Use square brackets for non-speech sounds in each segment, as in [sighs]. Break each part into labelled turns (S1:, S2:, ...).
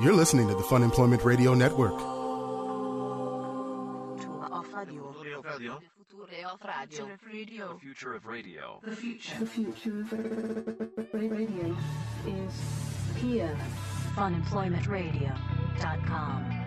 S1: You're listening to the Fun Employment Radio Network.
S2: Future of radio.
S3: Future of radio.
S4: The future
S3: The future.
S4: of radio.
S5: The future of radio is here.
S2: Funemploymentradio.com.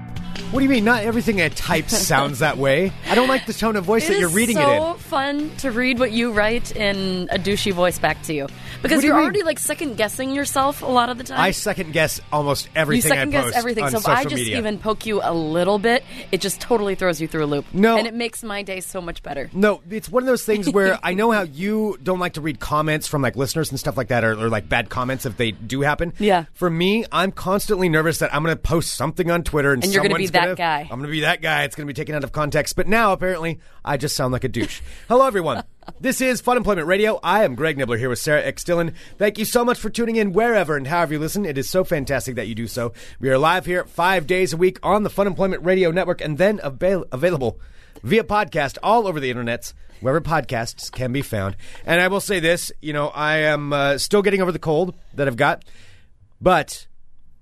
S6: What do you mean? Not everything I
S7: [laughs]
S6: type sounds that way. I don't like the tone of voice
S7: It
S6: that
S7: is
S6: you're reading
S7: so
S6: it in.
S7: fun to read what you write in a douchey voice back to you because
S6: What do you
S7: you're
S6: mean?
S7: already like second guessing yourself a lot of the time.
S6: I second guess almost everything
S7: you second
S6: I
S7: guess
S6: post
S7: everything.
S6: on
S7: So if
S6: social
S7: I just
S6: media.
S7: even poke you a little bit, it just totally throws you through a loop.
S6: No.
S7: and it makes my day so much better.
S6: No, it's one of those things
S7: [laughs]
S6: where I know how you don't like to read comments from like listeners and stuff like that, or, or like bad comments if they do happen.
S7: Yeah.
S6: For me, I'm constantly nervous that I'm going to post something on Twitter and,
S7: And you're gonna be
S6: someone's
S7: that
S6: gonna-
S7: guy.
S6: I'm going to be that guy. It's going to be taken out of context. But now apparently, I just sound like a douche. [laughs] Hello, everyone. This is Fun Employment Radio. I am Greg Nibbler here with Sarah X. Dillon. Thank you so much for tuning in wherever and however you listen. It is so fantastic that you do so. We are live here five days a week on the Fun Employment Radio Network and then avail- available via podcast all over the internets, wherever podcasts can be found. And I will say this you know, I am uh, still getting over the cold that I've got, but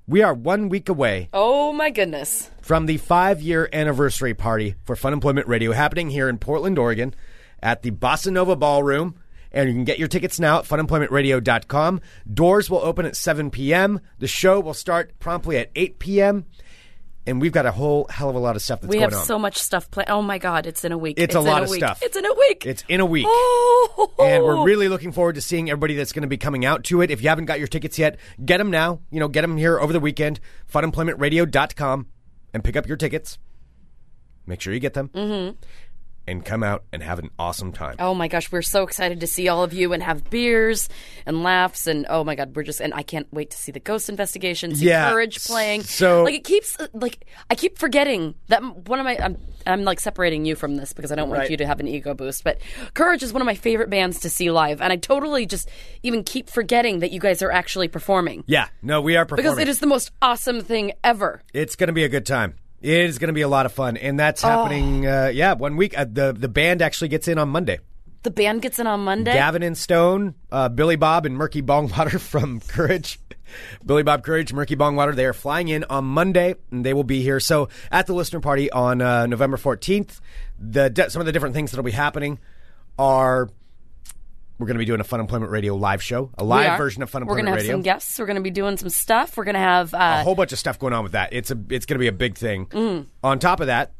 S6: we are one week away
S7: Oh my goodness!
S6: from the five year anniversary party for Fun Employment Radio happening here in Portland, Oregon at the Bossa Nova Ballroom. And you can get your tickets now at funemploymentradio.com. Doors will open at 7 p.m. The show will start promptly at 8 p.m. And we've got a whole hell of a lot of stuff that's
S7: We
S6: going
S7: have
S6: on.
S7: so much stuff planned. Oh my god! It's in a week.
S6: It's a
S7: in
S6: lot of
S7: week.
S6: stuff.
S7: It's in a week.
S6: It's in a week.
S7: Oh,
S6: and we're really looking forward to seeing everybody that's going to be coming out to it. If you haven't got your tickets yet, get them now. You know, get them here over the weekend. Funemploymentradio.com and pick up your tickets. Make sure you get them. Mm-hmm. And come out and have an awesome time.
S7: Oh my gosh, we're so excited to see all of you and have beers and laughs and oh my god, we're just and I can't wait to see the ghost investigation, see
S6: Yeah,
S7: courage playing.
S6: so-
S7: like it keeps uh, like I keep forgetting that m- one of my I'm, I'm like separating you from this because I don't want
S6: Right.
S7: you to have an ego boost, but courage is one of my favorite bands to see live and I totally just even keep forgetting that you guys are actually performing.
S6: Yeah, no, we are performing.
S7: Because it is the most awesome thing ever.
S6: It's going to be a good time. It is going to be a lot of fun, and that's
S7: Oh.
S6: happening. Uh, yeah, one week. Uh, the the band actually gets in on Monday.
S7: The band gets in on Monday.
S6: Gavin and Stone, uh, Billy Bob, and Murky Bongwater [laughs] from Courage. Billy Bob Courage, Murky Bongwater, they are flying in on Monday, and they will be here. So at the listener party on uh, November 14th, the de- some of the different things that will be happening are we're going to be doing a Fun Employment Radio live show, a
S7: We
S6: live
S7: are.
S6: version of Fun
S7: We're
S6: Employment
S7: gonna have
S6: Radio.
S7: some guests. We're going to be doing some stuff. We're going to have uh,
S6: a whole bunch of stuff going on with that. It's a it's going to be a big thing.
S7: Mm-hmm.
S6: On top of that,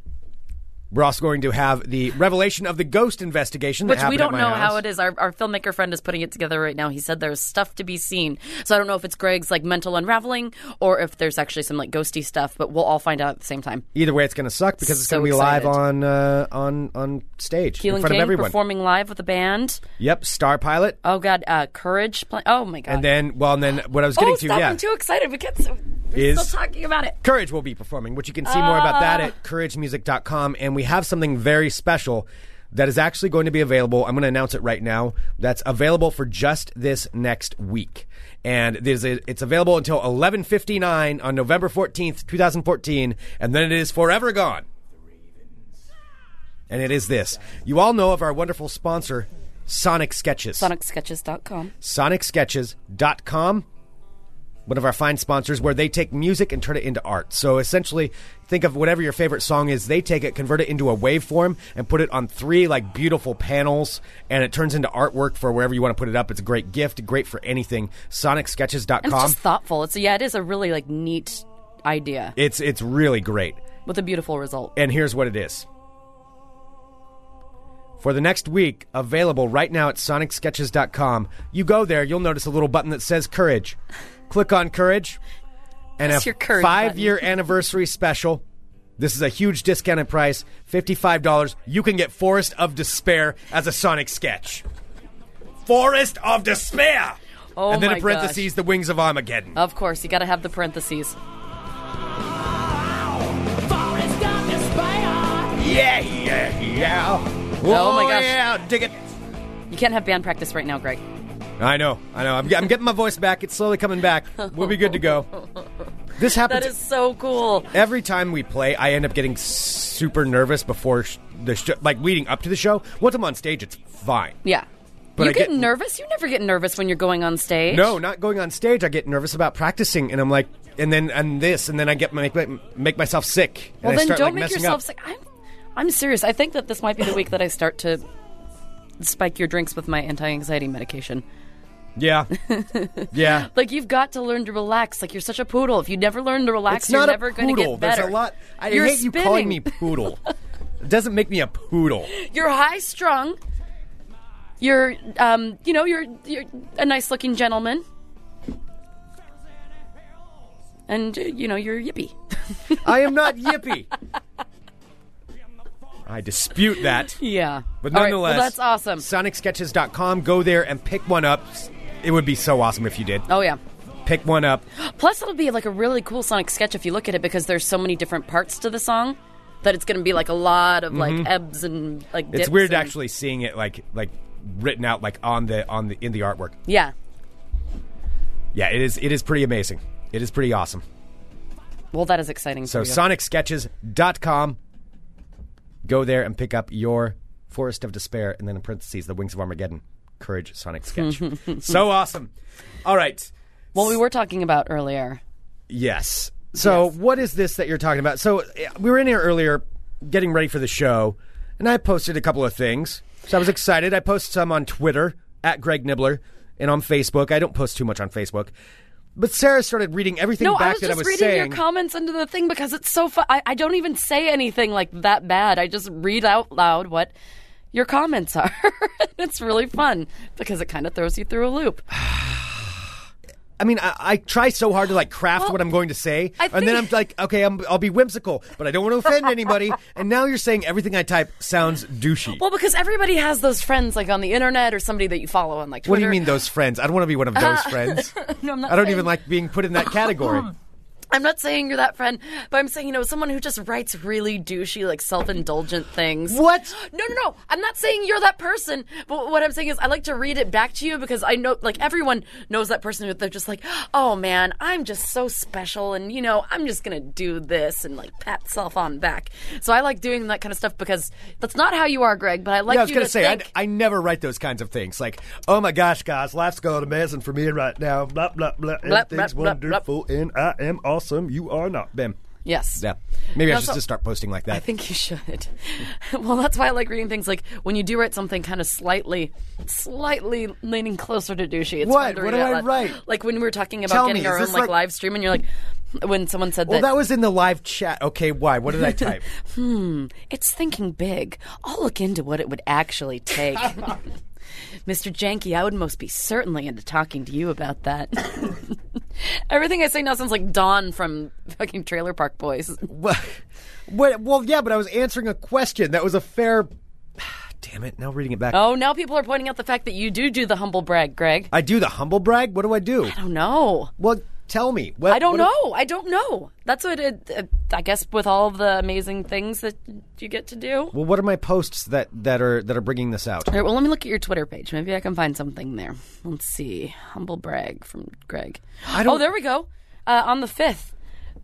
S6: we're also going to have the revelation of the ghost investigation, that
S7: Which we
S6: happened at
S7: don't
S6: my
S7: know
S6: house.
S7: how it is. Our, our filmmaker friend is putting it together right now. He said there's stuff to be seen. So I don't know if it's Greg's like mental unraveling or if there's actually some like ghosty stuff, but we'll all find out at the same time.
S6: Either way, it's going to suck because it's
S7: So
S6: going to be live
S7: excited.
S6: on uh, on on stage
S7: Keelan
S6: in front
S7: King
S6: of everyone.
S7: performing live with a band.
S6: Yep, star pilot,
S7: Oh God, uh, Courage. Play- oh my God.
S6: and then well, and then what I was getting
S7: oh,
S6: to,
S7: stop!
S6: yeah,
S7: I'm too excited. We can't. We're
S6: Is-
S7: still talking about it.
S6: Courage will be performing, which you can see more about that at couragemusic.com. And we have something very special that is actually going to be available. I'm going to announce it right now. That's available for just this next week. And there's a, it's available until 11:59 on November 14th, 2014, and then it is forever gone. And it is this. You all know of our wonderful sponsor, Sonic Sketches.
S7: SonicSketches.com.
S6: sonicsketches.com one of our fine sponsors where they take music and turn it into art so essentially think of whatever your favorite song is they take it convert it into a waveform and put it on three like beautiful panels and it turns into artwork for wherever you want to put it up it's a great gift great for anything sonicsketches.com
S7: And it's just thoughtful. It's yeah, it is a really like neat idea
S6: it's it's really great
S7: with a beautiful result.
S6: And here's what it is. For the next week, available right now at sonicsketches.com. You go there, you'll notice a little button that says Courage. Click on Courage, and
S7: That's
S6: a
S7: your courage [laughs]
S6: five year anniversary special. This is a huge discounted price $55. You can get Forest of Despair as a Sonic sketch. Forest of Despair!
S7: Oh
S6: and then
S7: my Oh.
S6: in parentheses, the wings of Armageddon.
S7: Of course, you got to have the parentheses.
S6: yeah, yeah, yeah.
S7: Oh my gosh.
S6: Yeah, dig it.
S7: You can't have band practice right now, Greg.
S6: I know, I know. I'm, I'm getting my voice back. It's slowly coming back. We'll be good to go. This happens
S7: That is so cool.
S6: every time we play. I end up getting super nervous before sh- the show, like leading up to the show. Once I'm on stage, it's fine.
S7: Yeah.
S6: But
S7: you
S6: I
S7: get,
S6: get-
S7: nervous? You never get nervous when you're going on stage.
S6: No, not going on stage. I get nervous about practicing, and I'm like, and then and this, and then I get my, make, make myself sick. and
S7: Well,
S6: I
S7: then
S6: start,
S7: don't
S6: like,
S7: make
S6: messing
S7: yourself
S6: up.
S7: sick. I'm, I'm serious. I think that this might be the week that I start to spike your drinks with my anti-anxiety medication. [laughs]
S6: Yeah, yeah.
S7: Like you've got to learn to relax. Like you're such a poodle. If you never learn to relax,
S6: It's not
S7: you're
S6: a
S7: never going to
S6: poodle.
S7: get better.
S6: There's a lot. I
S7: You're
S6: hate you calling
S7: spinning.
S6: me poodle. it doesn't make me
S7: [laughs]
S6: a poodle.
S7: You're high strung. You're, um, you know, you're you're a nice looking gentleman, and uh, you know you're yippy.
S6: I am not yippy. I dispute that.
S7: Yeah, [laughs]
S6: But
S7: All right,
S6: nonetheless,
S7: well, that's awesome.
S6: SonicSketches.com. Go there and pick one up. It would be so awesome if you did.
S7: Oh yeah.
S6: Pick one
S7: [gasps]
S6: up.
S7: Plus, it'll be like a really cool Sonic sketch if you look at it because there's so many different parts to the song that it's going to be like a lot of like ebbs and like.
S6: Mm-hmm. It's
S7: dips
S6: weird
S7: and-
S6: actually seeing it like like written out like on the on the in the artwork.
S7: Yeah,
S6: Yeah, it is it is pretty amazing. It is pretty awesome.
S7: well, that is exciting.
S6: So
S7: for you.
S6: sonicsketches.com. Go there and pick up your Forest of Despair and then in parentheses the Wings of Armageddon. Courage Sonic Sketch.
S7: [laughs]
S6: so awesome. All right.
S7: well, we were talking about earlier.
S6: Yes. So what is this that you're talking about? So uh, we were in here earlier getting ready for the show, and I posted a couple of things. So I was excited. I post some on Twitter at Greg Nibbler and on Facebook. I don't post too much on Facebook. But Sarah started reading everything
S7: No,
S6: back
S7: I was
S6: that
S7: just
S6: I was
S7: reading
S6: saying.
S7: your comments under the thing because it's so fun. I, I don't even say anything like that bad. I just read out loud what your comments are. [laughs] it's really fun because it kind of throws you through a loop.
S6: I mean, I, I try so hard to like craft
S7: Well,
S6: what I'm going to say,
S7: I
S6: and then I'm
S7: think-
S6: like, okay, I'm, I'll be whimsical, but I don't want to offend
S7: [laughs]
S6: anybody. and now you're saying everything I type sounds douchey.
S7: Well, because everybody has those friends like on the internet or somebody that you follow on like Twitter.
S6: what do you mean those friends? I don't want to be one
S7: [laughs]
S6: of those friends.
S7: No, I'm not
S6: I don't
S7: saying-
S6: even like being put in that
S7: [clears throat]
S6: category.
S7: I'm not saying you're that friend, but I'm saying, you know, someone who just writes really douchey, like self indulgent things.
S6: What?
S7: [gasps] No, no, no. I'm not saying you're that person, but what I'm saying is I like to read it back to you because I know, like, everyone knows that person who they're just like, oh man, I'm just so special and, you know, I'm just going to do this and, like, pat self on the back. So I like doing that kind of stuff because that's not how you are, Greg, but I like
S6: yeah, I was
S7: you
S6: gonna
S7: to
S6: say I,
S7: think.
S6: I never write those kinds of things. Like, oh my gosh, guys, life's going amazing for me right now. Blah blah blah.
S7: blah,
S6: Everything's
S7: blah, blah.
S6: wonderful, and I am awesome. You are not. Bam.
S7: yes.
S6: Yeah. Maybe I
S7: No,
S6: should
S7: so-
S6: just start posting like
S7: I
S6: that.
S7: think you should. [laughs] well, that's why I like reading things like when you do write something kind of slightly, slightly leaning closer to douchey. It's Fun
S6: What?
S7: to
S6: What
S7: read
S6: do
S7: out
S6: I
S7: loud.
S6: write?
S7: Like when we were talking about
S6: Tell
S7: getting
S6: me,
S7: our
S6: is
S7: own
S6: this
S7: like,
S6: like-
S7: live stream, and you're like, [laughs] when someone said
S6: well,
S7: that,
S6: that was in the live chat. Okay, why? What did I type?
S7: [laughs] it's thinking big. I'll look into what it would actually
S6: [laughs]
S7: take. Mr. Janky, I would most be certainly into talking to you about that. [laughs] Everything I say now sounds like Dawn from fucking Trailer Park
S6: [laughs]
S7: Boys.
S6: Well, what, well, yeah, but I was answering a question. That was a fair. [sighs] Damn it! Now reading it back,
S7: Oh, now people are pointing out the fact that you do do the humble brag, Greg. Oh,
S6: I do the humble brag. What do I do?
S7: I don't know.
S6: Well, tell me. What,
S7: I don't
S6: what
S7: know. I don't know. That's what it, uh, I guess with all of the amazing things that you get to do.
S6: well, what are my posts that that are that are bringing this out?
S7: All right, well, let me look at your Twitter page. Maybe I can find something there. Let's see. Humble brag from Greg.
S6: I don't-
S7: Oh, there we go. Uh, on the 5th,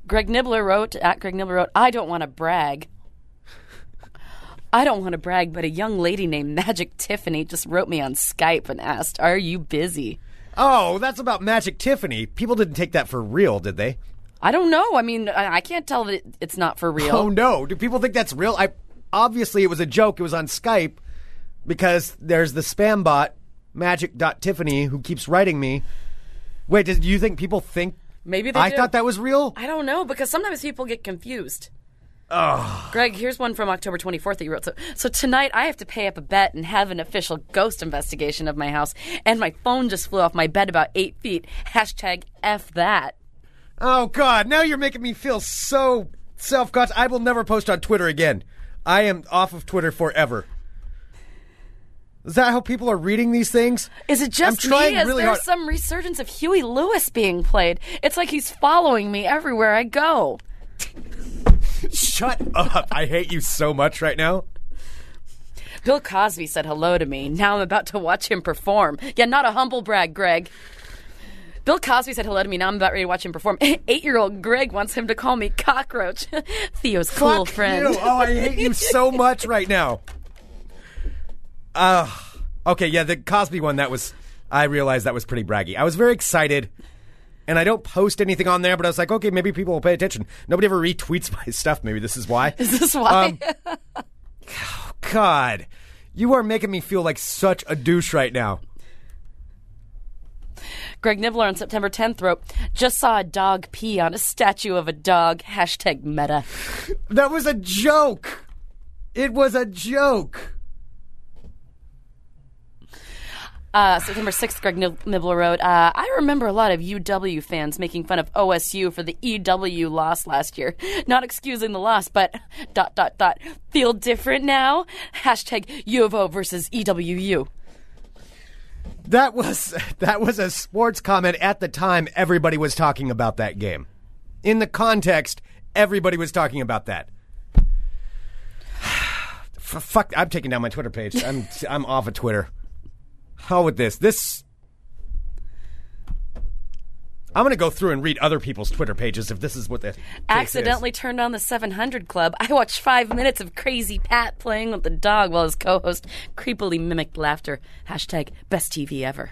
S7: Greg Nibbler wrote, at Greg Nibbler wrote, I don't want to brag. [laughs] I don't want to brag, but a young lady named Magic Tiffany just wrote me on Skype and asked, Are you busy?
S6: Oh, that's about Magic Tiffany. People didn't take that for real, did they?
S7: I don't know. I mean, I, I can't tell that it- it's not for real.
S6: Oh no! Do people think that's real? I obviously it was a joke. It was on Skype because there's the spam bot Magic.Tiffany who keeps writing me. Wait, did, do you think people think?
S7: Maybe they
S6: I
S7: do.
S6: thought that was real.
S7: I don't know because sometimes people get confused. Oh. Greg, here's one from October 24th that you wrote. So, so tonight I have to pay up a bet and have an official ghost investigation of my house, and my phone just flew off my bed about eight feet. Hashtag f that.
S6: Oh God! Now you're making me feel so self-conscious. I will never post on Twitter again. I am off of Twitter forever. Is that how people are reading these things?
S7: Is it just
S6: I'm trying
S7: me? Is
S6: really
S7: there
S6: hard.
S7: some resurgence of Huey Lewis being played? It's like he's following me everywhere I go.
S6: Shut up! I hate you so much right now.
S7: Bill Cosby said hello to me. Now I'm about to watch him perform. Yeah, not a humble brag, Greg. Bill Cosby said hello to me. Now I'm about ready to watch him perform. [laughs] Eight year old Greg wants him to call me cockroach. [laughs] Theo's cool
S6: Fuck
S7: friend.
S6: you. Oh, I
S7: [laughs]
S6: hate you so much right now. Uh, okay, yeah, the Cosby one, that was, I realized that was pretty braggy. I was very excited, and I don't post anything on there. But I was like, okay, maybe people will pay attention. Nobody ever retweets [laughs] my stuff. Maybe this is why.
S7: Is this why?
S6: Um, God, you are making me feel like such a douche right now.
S7: [laughs] Greg Nibbler on September 10th wrote, Just saw a dog pee on a statue of a dog. Hashtag meta.
S6: That was a joke. It was a joke.
S7: Uh, September 6th, Greg Nib- Nibbler wrote, uh, I remember a lot of UW fans making fun of OSU for the EW loss last year. [laughs] Not excusing the loss, but [laughs] dot, dot, dot. Feel different now? Hashtag U of O versus E EWU.
S6: That was [laughs] that was a sports comment at the time everybody was talking about that game. In the context, everybody was talking about that. [sighs] F- fuck, I'm taking down my Twitter page. I'm I'm off of Twitter. How with this? This I'm going to go through and read other people's Twitter pages if this is what the case is.
S7: Accidentally turned on the 700 Club. I watched five minutes of Crazy Pat playing with the dog while his co host creepily mimicked laughter. Hashtag best TV ever.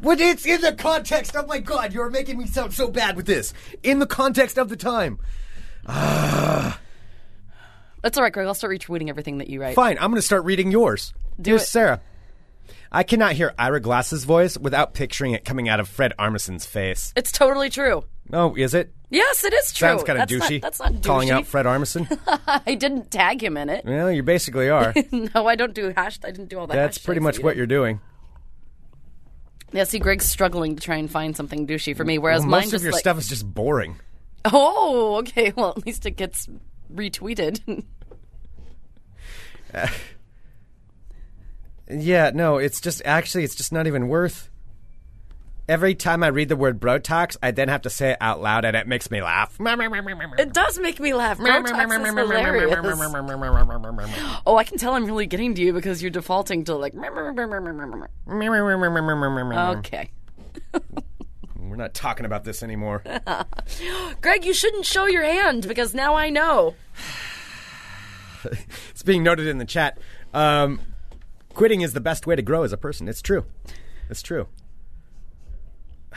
S6: But it's in the context of my God, you're making me sound so bad with this. In the context of the time.
S7: That's all right, Greg. I'll start retweeting everything that you write.
S6: Fine, I'm going to start reading yours. Here's
S7: it.
S6: Sarah. I cannot hear Ira Glass's voice without picturing it coming out of Fred Armisen's face.
S7: It's totally true.
S6: Oh, is it?
S7: Yes, it is true.
S6: Sounds kind of
S7: That's not-
S6: douchey.
S7: that's not douchey.
S6: Calling out Fred Armisen?
S7: [laughs] I didn't tag him in it. [laughs]
S6: well, you basically are.
S7: No, [laughs] I don't do hash. I didn't do all that.
S6: That's pretty much what you're doing.
S7: Yeah, see, Greg's struggling to try and find something douchey for me, whereas
S6: Well,
S7: mine
S6: most
S7: just
S6: of your
S7: like,
S6: stuff is just boring.
S7: oh, okay. Well, at least it gets retweeted. [laughs]
S6: Yeah, no, it's just actually, it's just not even worth. Every time I read the word Brotox, I then have to say it out loud, and it makes me laugh.
S7: it does make me laugh. Botox is hilarious. Oh, I can tell I'm really getting to you because you're defaulting to like. [laughs]
S6: Mm.
S7: Okay.
S6: We're not talking about this anymore.
S7: Greg, you shouldn't show your hand because now I know.
S6: It's being noted in the chat. Um, quitting is the best way to grow as a person. It's true. It's true. [sighs]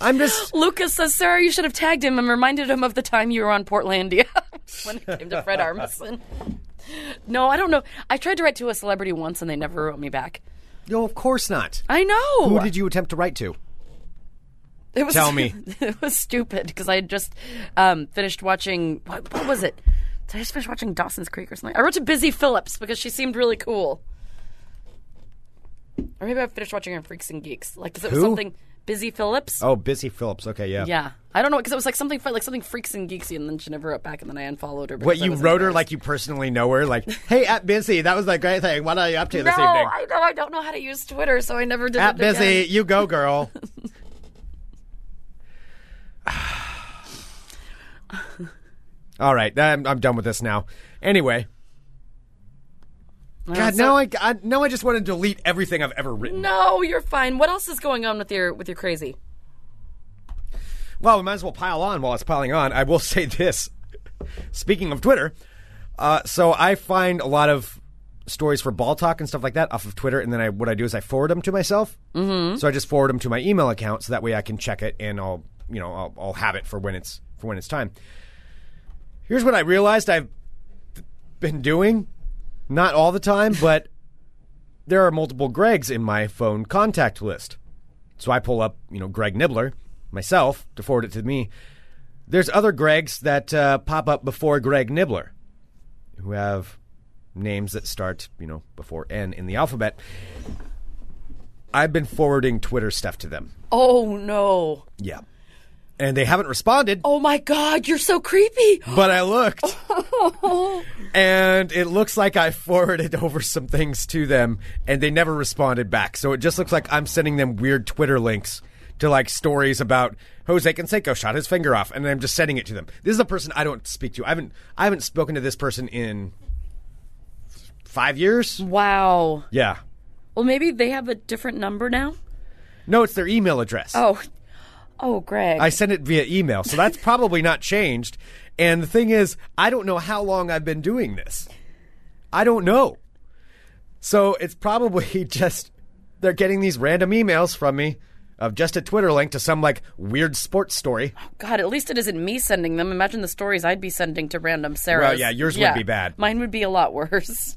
S6: I'm just.
S7: Lucas says, Sarah, you should have tagged him and reminded him of the time you were on Portlandia [laughs] when it came to Fred Armisen. No, I don't know. I tried to write to a celebrity once and they never wrote me back.
S6: [gasps] No, of course not.
S7: I know.
S6: Who did you attempt to write to?
S7: It was,
S6: Tell me.
S7: [laughs] it was stupid because I had just um, finished watching. What, what was it? Did I just finish watching Dawson's Creek or something? I wrote to Busy Phillips because she seemed really cool. Or maybe I finished watching her on Freaks and Geeks. Like, 'cause it was
S6: Who?
S7: something. Busy Phillips?
S6: Oh, Busy Phillips. Okay, yeah.
S7: Yeah. I don't know because it was like something fun- like something freaks and geeksy, and then she never wrote back, and then I unfollowed her.
S6: What
S7: because I
S6: you
S7: was
S6: wrote her
S7: embarrassed.
S6: like you personally know her? Like, hey, at Busy, that was the great thing. What are you up to
S7: No,
S6: this evening?
S7: I know I don't know how to use Twitter, so I never did. it
S6: at
S7: again.
S6: Busy, you go, girl. All right, I'm, I'm done with this now. Anyway.
S7: Uh,
S6: God,
S7: so-
S6: now I, I now I just want to delete everything I've ever written.
S7: No, you're fine. What else is going on with your with your crazy?
S6: Well, we might as well pile on while it's piling on. I will [laughs] say this. Speaking of Twitter, uh, so I find a lot of stories for ball talk and stuff like that off of Twitter, and then I, what I do is I forward them to myself. Mm-hmm. So I just forward them to my email account, so that way I can check it and I'll you know I'll, I'll have it for when it's for when it's time. Here's what I realized I've been doing, not all the time, but there are multiple Gregs in my phone contact list. So I pull up, you know, Greg Nibbler myself to forward it to me. There's other Gregs that uh, pop up before Greg Nibbler, who have names that start, you know, before N in the alphabet. I've been forwarding Twitter stuff to them.
S7: Oh no!
S6: Yeah. And they haven't responded,
S7: Oh my God! You're so creepy.
S6: but I looked. and it looks like I forwarded over some things to them and they never responded back. So it just looks like I'm sending them weird Twitter links to like stories about Jose Canseco shot his finger off and I'm just sending it to them. This is a person I don't speak to. I haven't I haven't spoken to this person in 5 years?
S7: Wow.
S6: Yeah.
S7: Well, maybe they have a different number now.
S6: No, it's their email address.
S7: Oh, oh, Greg.
S6: I sent it via email. So that's probably not changed. And the thing is, I don't know how long I've been doing this. I don't know. [laughs] So it's probably just they're getting these random emails from me of just a Twitter link to some like weird sports story.
S7: God, at least it isn't me sending them. Imagine the stories I'd be sending to random Sarahs.
S6: Well, yeah, yours would be bad.
S7: Mine would be a lot worse.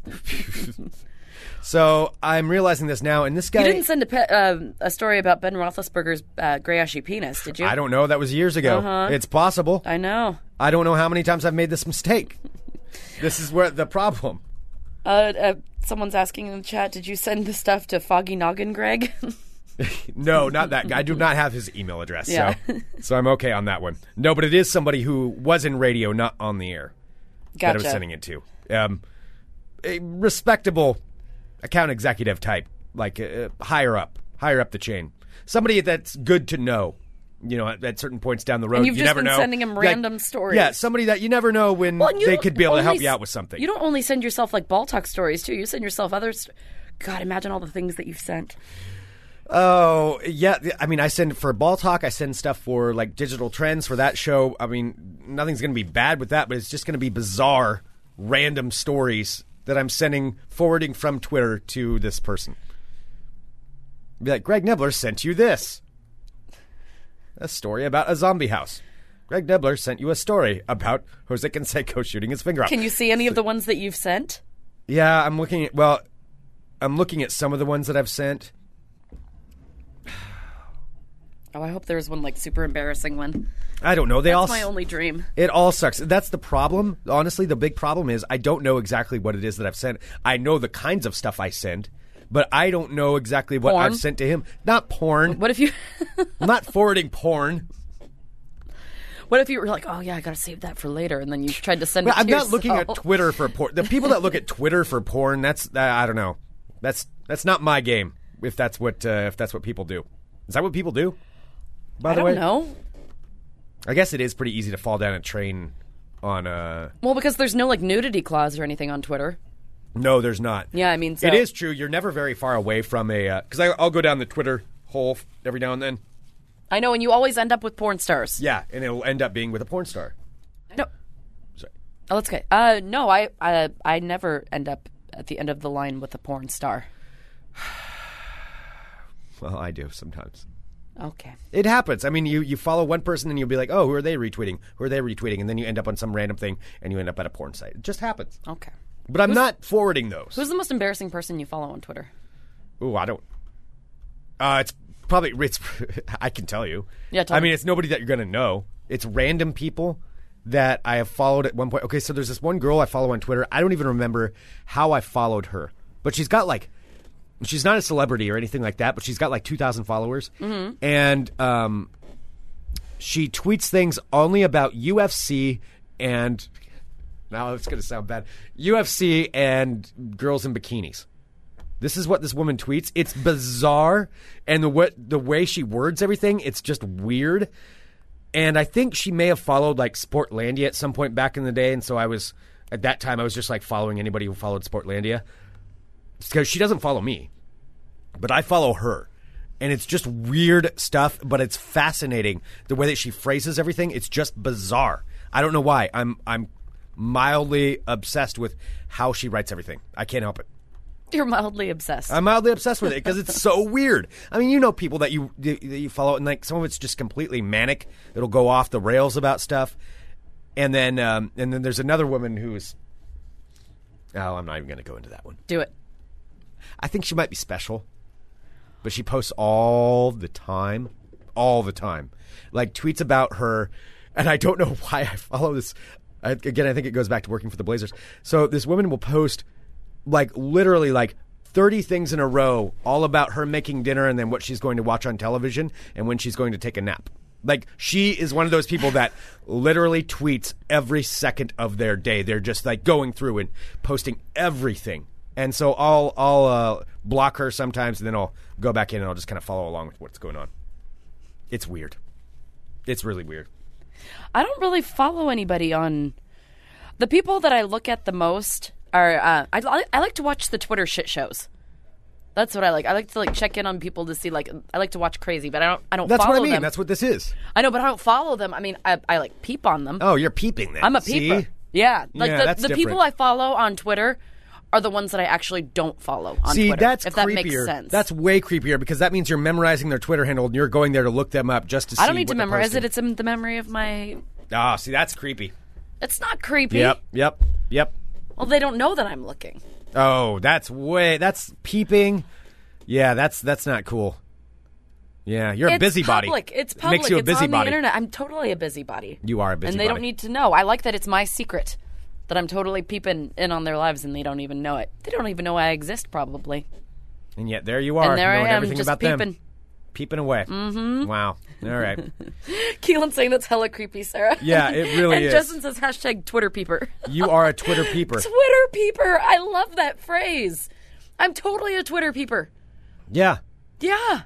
S6: So I'm realizing this now, and this guy.
S7: You didn't send a, pe- uh, a story about Ben Roethlisberger's uh, grayish penis, did you?
S6: I don't know. That was years ago.
S7: Uh-huh.
S6: It's possible.
S7: I know.
S6: I don't know how many times I've made this mistake. this is where the problem.
S7: Uh, uh, someone's asking in the chat, did you send the stuff to Foggy Noggin, Greg? [laughs]
S6: No, not that guy. I do not have his email address,
S7: Yeah.
S6: so [laughs] so I'm okay on that one. No, but it is somebody who was in radio, not on the air, that I
S7: gotcha.
S6: was sending it to. Um, a respectable account executive type, like uh, higher up, higher up the chain. Somebody that's good to know. You know, at, at certain points down the road,
S7: And you've
S6: you
S7: just
S6: never
S7: been
S6: know.
S7: sending him
S6: Like,
S7: random stories.
S6: Yeah, somebody that you never know when
S7: Well, and you
S6: they
S7: don't
S6: could be able to
S7: only
S6: help you
S7: s-
S6: out with something.
S7: You don't only send yourself like ball talk stories too. You send yourself other. St- God, imagine all the things that you've sent.
S6: Oh yeah, th- I mean, I send for ball talk. I send stuff for like digital trends for that show. I mean, nothing's going to be bad with that, but it's just going to be bizarre, random stories that I'm sending forwarding from Twitter to this person. Be like, Greg Nibbler sent you this, a story about a zombie house. Greg Nibbler sent you a story about Jose Canseco shooting his finger off.
S7: Can you see any of the ones that you've sent?
S6: Yeah, I'm looking at well, I'm looking at some of the ones that I've sent.
S7: Oh, I hope there was one like super embarrassing one.
S6: I don't know. They all
S7: That's my
S6: s-
S7: only dream.
S6: It all sucks. That's the problem. Honestly, the big problem is I don't know exactly what it is that I've sent. I know the kinds of stuff I send, but I don't know exactly what
S7: Porn?
S6: I've sent to him. Not porn.
S7: What if you? [laughs]
S6: I'm not forwarding porn.
S7: what if you were like, oh yeah, I gotta save that for later, and then you tried to send.
S6: But
S7: it
S6: I'm
S7: to
S6: not looking at
S7: yourself.
S6: Twitter for porn. The people that look at Twitter for porn, that's uh, I don't know. That's that's not my game. If that's what uh, if that's what people do, is that what people do? By
S7: I
S6: the
S7: don't
S6: way,
S7: know.
S6: I guess it is pretty easy to fall down a train on uh
S7: Well, because there's no like nudity clause or anything on Twitter.
S6: No, there's not.
S7: Yeah, I mean, so-
S6: it is true. You're never very far away from a because I I'll go down the Twitter hole f- every now and then.
S7: I know, and you always end up with porn stars.
S6: Yeah, and it'll end up being with a porn star.
S7: No.
S6: Sorry.
S7: Oh, that's okay. Uh, no, I, I I never end up at the end of the line with a porn star.
S6: Well, I do sometimes.
S7: Okay.
S6: It happens. I mean, you you follow one person and you'll be like, oh, who are they retweeting? Who are they retweeting? And then you end up on some random thing and you end up at a porn site. It just happens.
S7: Okay.
S6: But I'm not forwarding those.
S7: Who's the most embarrassing person you follow on Twitter? [laughs]
S6: Ooh, I don't. Uh, it's probably it's. [laughs] I can tell you.
S7: Yeah, tell
S6: I
S7: me.
S6: mean, it's nobody that you're gonna know. It's random people that I have followed at one point. Okay, so there's this one girl I follow on Twitter. I don't even remember how I followed her, but she's got like, she's not a celebrity or anything like that, but she's got like 2,000 followers,
S7: Mm-hmm.
S6: and um, she tweets things only about UFC and. Now it's gonna sound bad. UFC and girls in bikinis. This is what this woman tweets. It's bizarre, and the what the way she words everything, it's just weird. And I think she may have followed like Sportlandia at some point back in the day, and so I was at that time I was just like following anybody who followed Sportlandia because she doesn't follow me, but I follow her. And it's just weird stuff, but it's fascinating the way that she phrases everything. It's just bizarre. I don't know why. I'm I'm mildly obsessed with how she writes everything. I can't help it.
S7: You're mildly obsessed.
S6: I'm mildly obsessed with it because it's so weird. I mean, you know people that you that you follow, and like some of it's just completely manic. It'll go off the rails about stuff, and then um, and then there's another woman who's. Oh, I'm not even going to go into that one.
S7: Do it.
S6: I think she might be special, but she posts all the time, all the time, like tweets about her, and I don't know [laughs] why I follow this. I, again, I think it goes back to working for the Blazers. So this woman will post like literally like. 30 things in a row all about her making dinner and then what she's going to watch on television and when she's going to take a nap. Like she is one of those people that literally tweets every second of their day. They're just like going through and posting everything. And so I'll I'll uh, block her sometimes, and then I'll go back in and I'll just kind of follow along with what's going on. It's weird. It's really weird.
S7: I don't really follow anybody on. The people that I look at the most are. Uh, I, li- I like to watch the Twitter shit shows. That's what I like. I like to like check in on people to see like I like to watch crazy, but I don't. I don't.
S6: That's
S7: follow
S6: what I mean.
S7: Them.
S6: That's what this is.
S7: I know, but I don't follow them. I mean, I, I like peep on them.
S6: Oh, you're peeping. Then
S7: I'm a
S6: See?
S7: peeper. Yeah, like
S6: Yeah,
S7: the,
S6: that's
S7: the people
S6: different.
S7: I follow on Twitter are the ones that I actually don't follow on
S6: See,
S7: Twitter.
S6: that's
S7: if
S6: creepier.
S7: that makes sense.
S6: That's way creepier because that means you're memorizing their Twitter handle and you're going there to look them up just to see.
S7: I don't need
S6: what
S7: to
S6: they're
S7: memorize
S6: posting.
S7: it. It's in the memory of my.
S6: Ah, see, that's creepy.
S7: It's not creepy.
S6: Yep, yep, yep.
S7: Well, they don't know that I'm looking.
S6: Oh, that's way. That's peeping. Yeah, that's that's not cool. Yeah, you're a
S7: It's
S6: busybody.
S7: public. It's
S6: It
S7: public.
S6: Makes you a
S7: it's
S6: busybody.
S7: on the internet. I'm totally a busybody.
S6: You are a
S7: And
S6: busybody.
S7: they don't need to know. I like that it's my secret that I'm totally peeping in on their lives and they don't even know it. They don't even know I exist, probably.
S6: And yet there you are,
S7: and there
S6: knowing
S7: I am,
S6: everything
S7: just
S6: about
S7: peeping.
S6: them, peeping away. Mm-hmm. Wow.
S7: [laughs]
S6: All right.
S7: Keelan saying that's hella creepy, Sarah.
S6: Yeah, it
S7: [laughs]
S6: really
S7: and
S6: is.
S7: Justin says hashtag Twitter peeper.
S6: You are a [laughs] Twitter peeper.
S7: Twitter peeper. I love that phrase. I'm totally a Twitter peeper.
S6: Yeah.
S7: Yeah.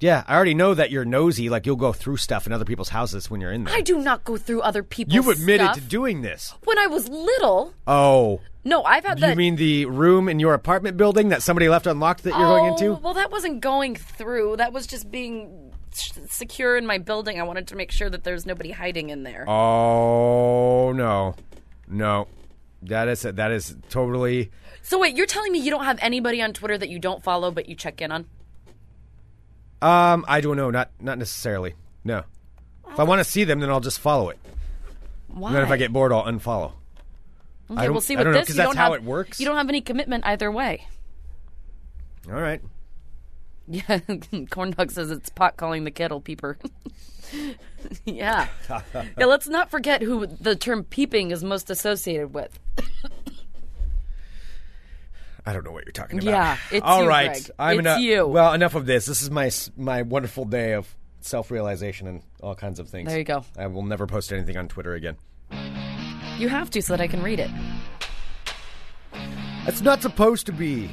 S6: Yeah. I already know that you're nosy. Like you'll go through stuff in other people's houses when you're in there.
S7: I do not go through other people's
S6: You've admitted
S7: stuff.
S6: to doing this.
S7: When I was little,
S6: Oh.
S7: no, I've had
S6: Do
S7: that.
S6: you mean the room in your apartment building that somebody left unlocked that you're going
S7: Oh,
S6: into?
S7: Well, that wasn't going through. That was just being s- secure in my building. I wanted to make sure that there's nobody hiding in there.
S6: Oh no, no, that is that is totally.
S7: So wait, you're telling me you don't have anybody on Twitter that you don't follow but you check in on?
S6: Um, I don't know. Not not necessarily. No. If I want to see them, then I'll just follow it.
S7: Why?
S6: And then if I get bored, I'll unfollow.
S7: okay,
S6: I don't-
S7: we'll see
S6: I
S7: with
S6: don't know,
S7: this.
S6: 'cause
S7: you
S6: that's
S7: don't
S6: how
S7: have,
S6: it works.
S7: You don't have any commitment either way.
S6: All right.
S7: Yeah, [laughs] corn dog says it's pot calling the kettle peeper. [laughs] yeah. yeah. Let's not forget who the term peeping is most associated with.
S6: I don't know what you're talking about.
S7: Yeah, it's
S6: All
S7: you,
S6: right.
S7: Greg.
S6: I'm
S7: It's
S6: enough,
S7: you.
S6: Well, enough of this. This is my s- my wonderful day of self realization and all kinds of things.
S7: There you go.
S6: I will never post anything on Twitter again.
S7: You have to so that I can read it.
S6: It's not supposed to be.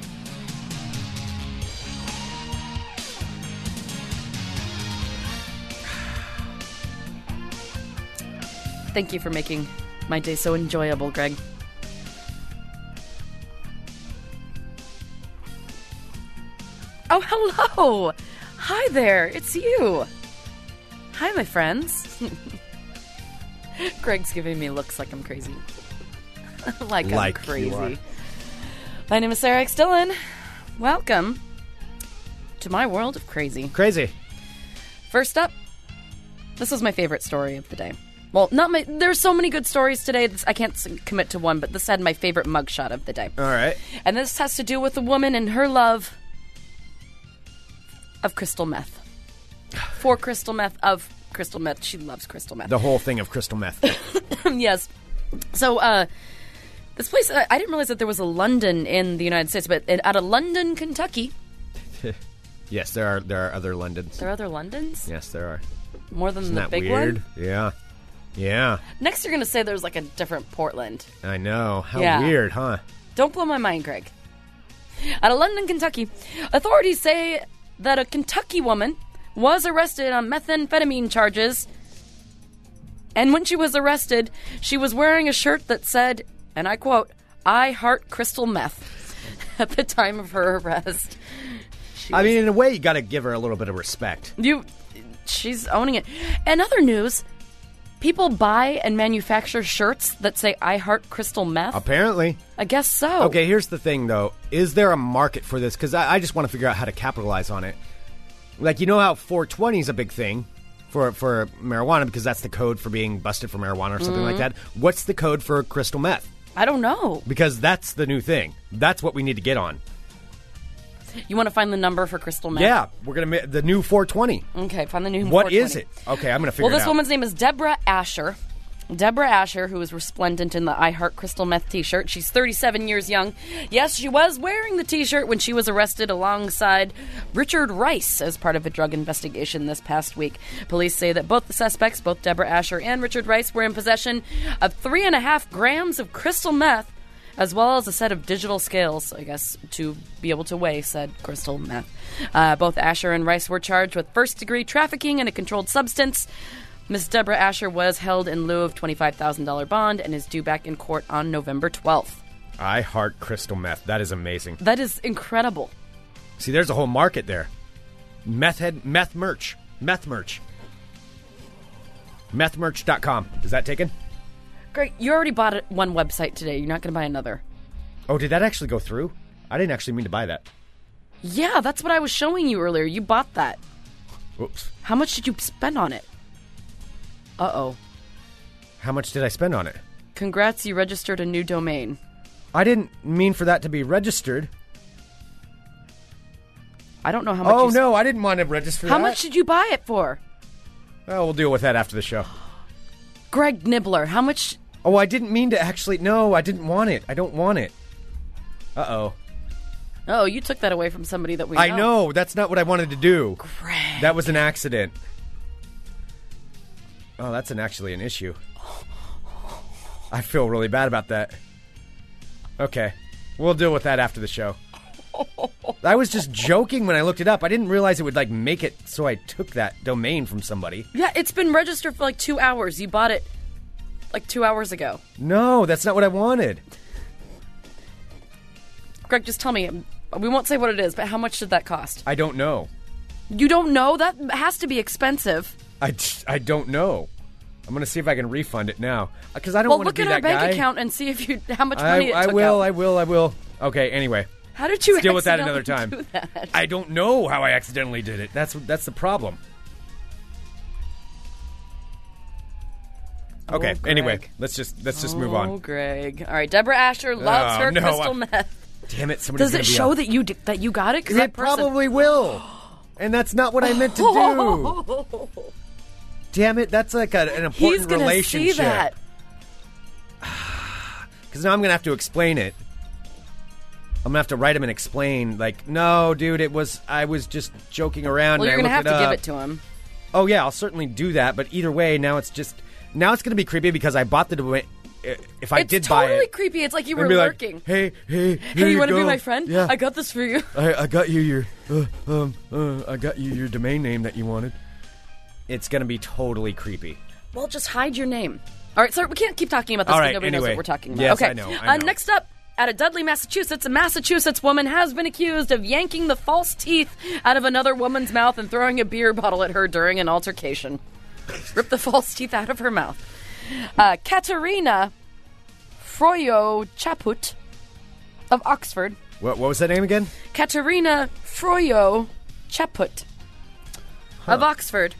S7: Thank you for making my day so enjoyable, Greg. Oh, hello! Hi there, it's you! Hi, my friends. [laughs] Greg's giving me looks like I'm crazy. [laughs] like,
S6: Like
S7: I'm
S6: you
S7: crazy.
S6: are.
S7: My name is Sarah X. Dillon. Welcome to my world of crazy.
S6: Crazy.
S7: First up, this was my favorite story of the day. Well, not my. There's so many good stories today. This, I can't s- commit to one, but this had my favorite mugshot of the day,
S6: All right.
S7: and this has to do with a woman and her love of crystal meth.
S6: [sighs]
S7: For crystal meth, of crystal meth, she loves crystal meth.
S6: The whole thing of crystal meth.
S7: [laughs] yes. So, uh, this place, I I didn't realize that there was a London in the United States, but in, out of London, Kentucky,
S6: yes, there are there are other Londons.
S7: there are other Londons,
S6: Yes, there are.
S7: more than
S6: Isn't
S7: the
S6: that
S7: big
S6: weird?
S7: one.
S6: Yeah. Yeah.
S7: Next, you're gonna say there's like a different Portland.
S6: I know. How
S7: Yeah.
S6: weird, huh?
S7: Don't blow my mind, Greg. Out of London, Kentucky, authorities say that a Kentucky woman was arrested on methamphetamine charges. And when she was arrested, she was wearing a shirt that said, and I quote, I heart crystal meth [laughs] at the time of her arrest.
S6: I mean, in a way, you got to give her a little bit of respect.
S7: You she's owning it. In other news, people buy and manufacture shirts that say I heart crystal meth.
S6: Apparently.
S7: I guess so.
S6: Okay, here's the thing, though. Is there a market for this? Because I, I just want to figure out how to capitalize on it. Like, you know how 420 is a big thing for, for marijuana because that's the code for being busted for marijuana or something like
S7: Mm-hmm.
S6: that. What's the code for crystal meth?
S7: I don't know.
S6: Because that's the new thing. That's what we need to get on.
S7: You want to find the number for crystal meth?
S6: Yeah, we're going to make the new 420.
S7: Okay, find the new.
S6: What is
S7: 420.
S6: it? Okay, I'm going to figure
S7: Well,
S6: it
S7: this
S6: out.
S7: woman's name is Deborah Asher. Deborah Asher, who is resplendent in the I Heart Crystal Meth t shirt. She's 37 years young. Yes, she was wearing the t shirt when she was arrested alongside Richard Rice as part of a drug investigation this past week. Police say that both the suspects, both Deborah Asher and Richard Rice, were in possession of three and a half grams of crystal meth as well as a set of digital scales, I guess, to be able to weigh said crystal meth. Uh, both Asher and Rice were charged with first degree trafficking in a controlled substance. Miss Deborah Asher was held in lieu of $25,000 bond and is due back in court on November 12th.
S6: I heart crystal meth. That is amazing.
S7: That is incredible.
S6: See, there's a whole market there. Meth head, meth merch, meth merch. Methmerch.com. Is that taken?
S7: Greg, you already bought it one website today. You're not going to buy another.
S6: Oh, did that actually go through? I didn't actually mean to buy that.
S7: Yeah, that's what I was showing you earlier. You bought that.
S6: Whoops.
S7: How much did you spend on it? Uh oh.
S6: How much did I spend on it?
S7: Congrats, you registered a new domain.
S6: I didn't mean for that to be registered.
S7: I don't know how much.
S6: Oh
S7: you
S6: no, I didn't want to register.
S7: How
S6: that.
S7: much did you buy it for?
S6: Oh, we'll deal with that after the show.
S7: Greg Nibbler, how much?
S6: Oh, I didn't mean to actually. No, I didn't want it. I don't want it. Uh oh.
S7: Oh, you took that away from somebody that we
S6: I know that's not what I wanted to do.
S7: Greg.
S6: That was an accident. Oh, that's an actually an issue. I feel really bad about that. Okay. We'll deal with that after the show. I was just joking when I looked it up. I didn't realize it would like make it so I took that domain from somebody.
S7: Yeah, it's been registered for like two hours. You bought it like two hours ago.
S6: No, that's not what I wanted.
S7: Greg, just tell me. We won't say what it is, but how much did that cost?
S6: I don't know.
S7: You don't know? That has to be expensive.
S6: I, just- I don't know. I'm going to see if I can refund it now cuz I don't
S7: Well,
S6: want
S7: look
S6: to be
S7: at our
S6: that
S7: bank
S6: guy.
S7: account and see if you how much money
S6: I,
S7: it
S6: I
S7: took
S6: will,
S7: out.
S6: I will, I will. Okay, anyway.
S7: how did you
S6: deal with that another
S7: accidentally
S6: time.
S7: do that?
S6: I don't know how I accidentally did it. That's that's the problem. Okay.
S7: Oh, Greg.
S6: anyway, let's just let's just move
S7: Oh,
S6: on.
S7: Greg. All right, Deborah Asher loves
S6: Oh,
S7: her
S6: no,
S7: crystal
S6: I-
S7: meth.
S6: Damn it! Somebody's
S7: Does it show that you d- that you got it? Because
S6: It
S7: that person- [laughs]
S6: probably will. And that's not what I meant
S7: [laughs]
S6: to do.
S7: Oh,
S6: Damn it! That's like a, an important
S7: He's gonna
S6: relationship.
S7: see that.
S6: Because now I'm gonna have to explain it. I'm gonna have to write him and explain. Like, no, dude, it was I was just joking around.
S7: Well,
S6: and
S7: you're
S6: I
S7: gonna have
S6: looked
S7: to give
S6: up.
S7: it to him.
S6: Oh yeah, I'll certainly do that. But either way, now it's just now it's going to be creepy because I bought the domain. i- If I
S7: it's
S6: did
S7: totally
S6: buy it,
S7: creepy. It's like you
S6: I'd
S7: were
S6: be like,
S7: lurking.
S6: hey, hey, here
S7: hey, you
S6: want to
S7: be my friend?
S6: Yeah,
S7: I got this for you.
S6: I, I got you your, uh, um, uh, I got you your domain name that you wanted. It's going to be totally creepy.
S7: [laughs] Well, just hide your name. All right, sorry, we can't keep talking about this.
S6: All
S7: 'cause
S6: right,
S7: nobody knows
S6: anyway.
S7: what we're talking about.
S6: Yes,
S7: okay.
S6: I know, I
S7: Uh,
S6: know.
S7: next up, out of Dudley, Massachusetts, a Massachusetts woman has been accused of yanking the false teeth out of another woman's mouth and throwing a beer bottle at her during an altercation. Rip the false teeth out of her mouth. Uh, Katerina Froyo Chaput of Oxford.
S6: What, what was that name again?
S7: Katerina Froyo Chaput of Oxford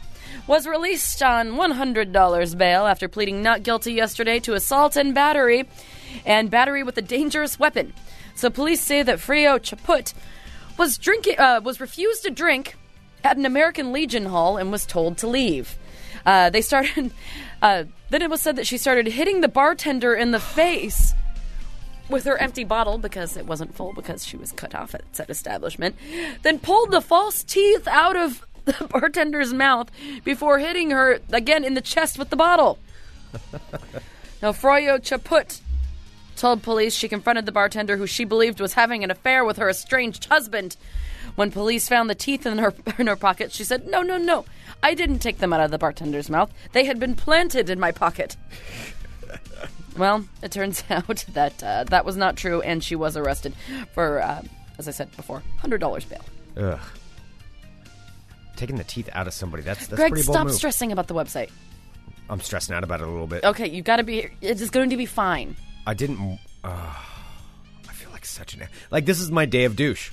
S7: was released on $100 bail after pleading not guilty yesterday to assault and battery and battery with a dangerous weapon. So police say that Frio Chaput was drinking uh, was refused a drink at an American Legion hall and was told to leave. Uh, they started [laughs] uh, then it was said that she started hitting the bartender in the face with her empty bottle because it wasn't full because she was cut off at said establishment, then pulled the false teeth out of [laughs] the bartender's mouth before hitting her again in the chest with the bottle. now, Froyo Chaput told police she confronted the bartender who she believed was having an affair with her estranged husband. When police found the teeth in her [laughs] in her pocket, she said, "No, no, no. I didn't take them out of the bartender's mouth. They had been planted in my pocket." Well, it turns [laughs] out that uh, that was not true, and she was arrested for, uh, as I said before, hundred dollars bail.
S6: Ugh. Taking the teeth out of somebody—that's that's
S7: Greg,
S6: pretty bold
S7: stop
S6: move.
S7: stressing about the website.
S6: I'm stressing out about it a little bit.
S7: Okay, you got to be. It is going to be fine.
S6: I didn't. Uh, I feel like such an like. This is my day of douche.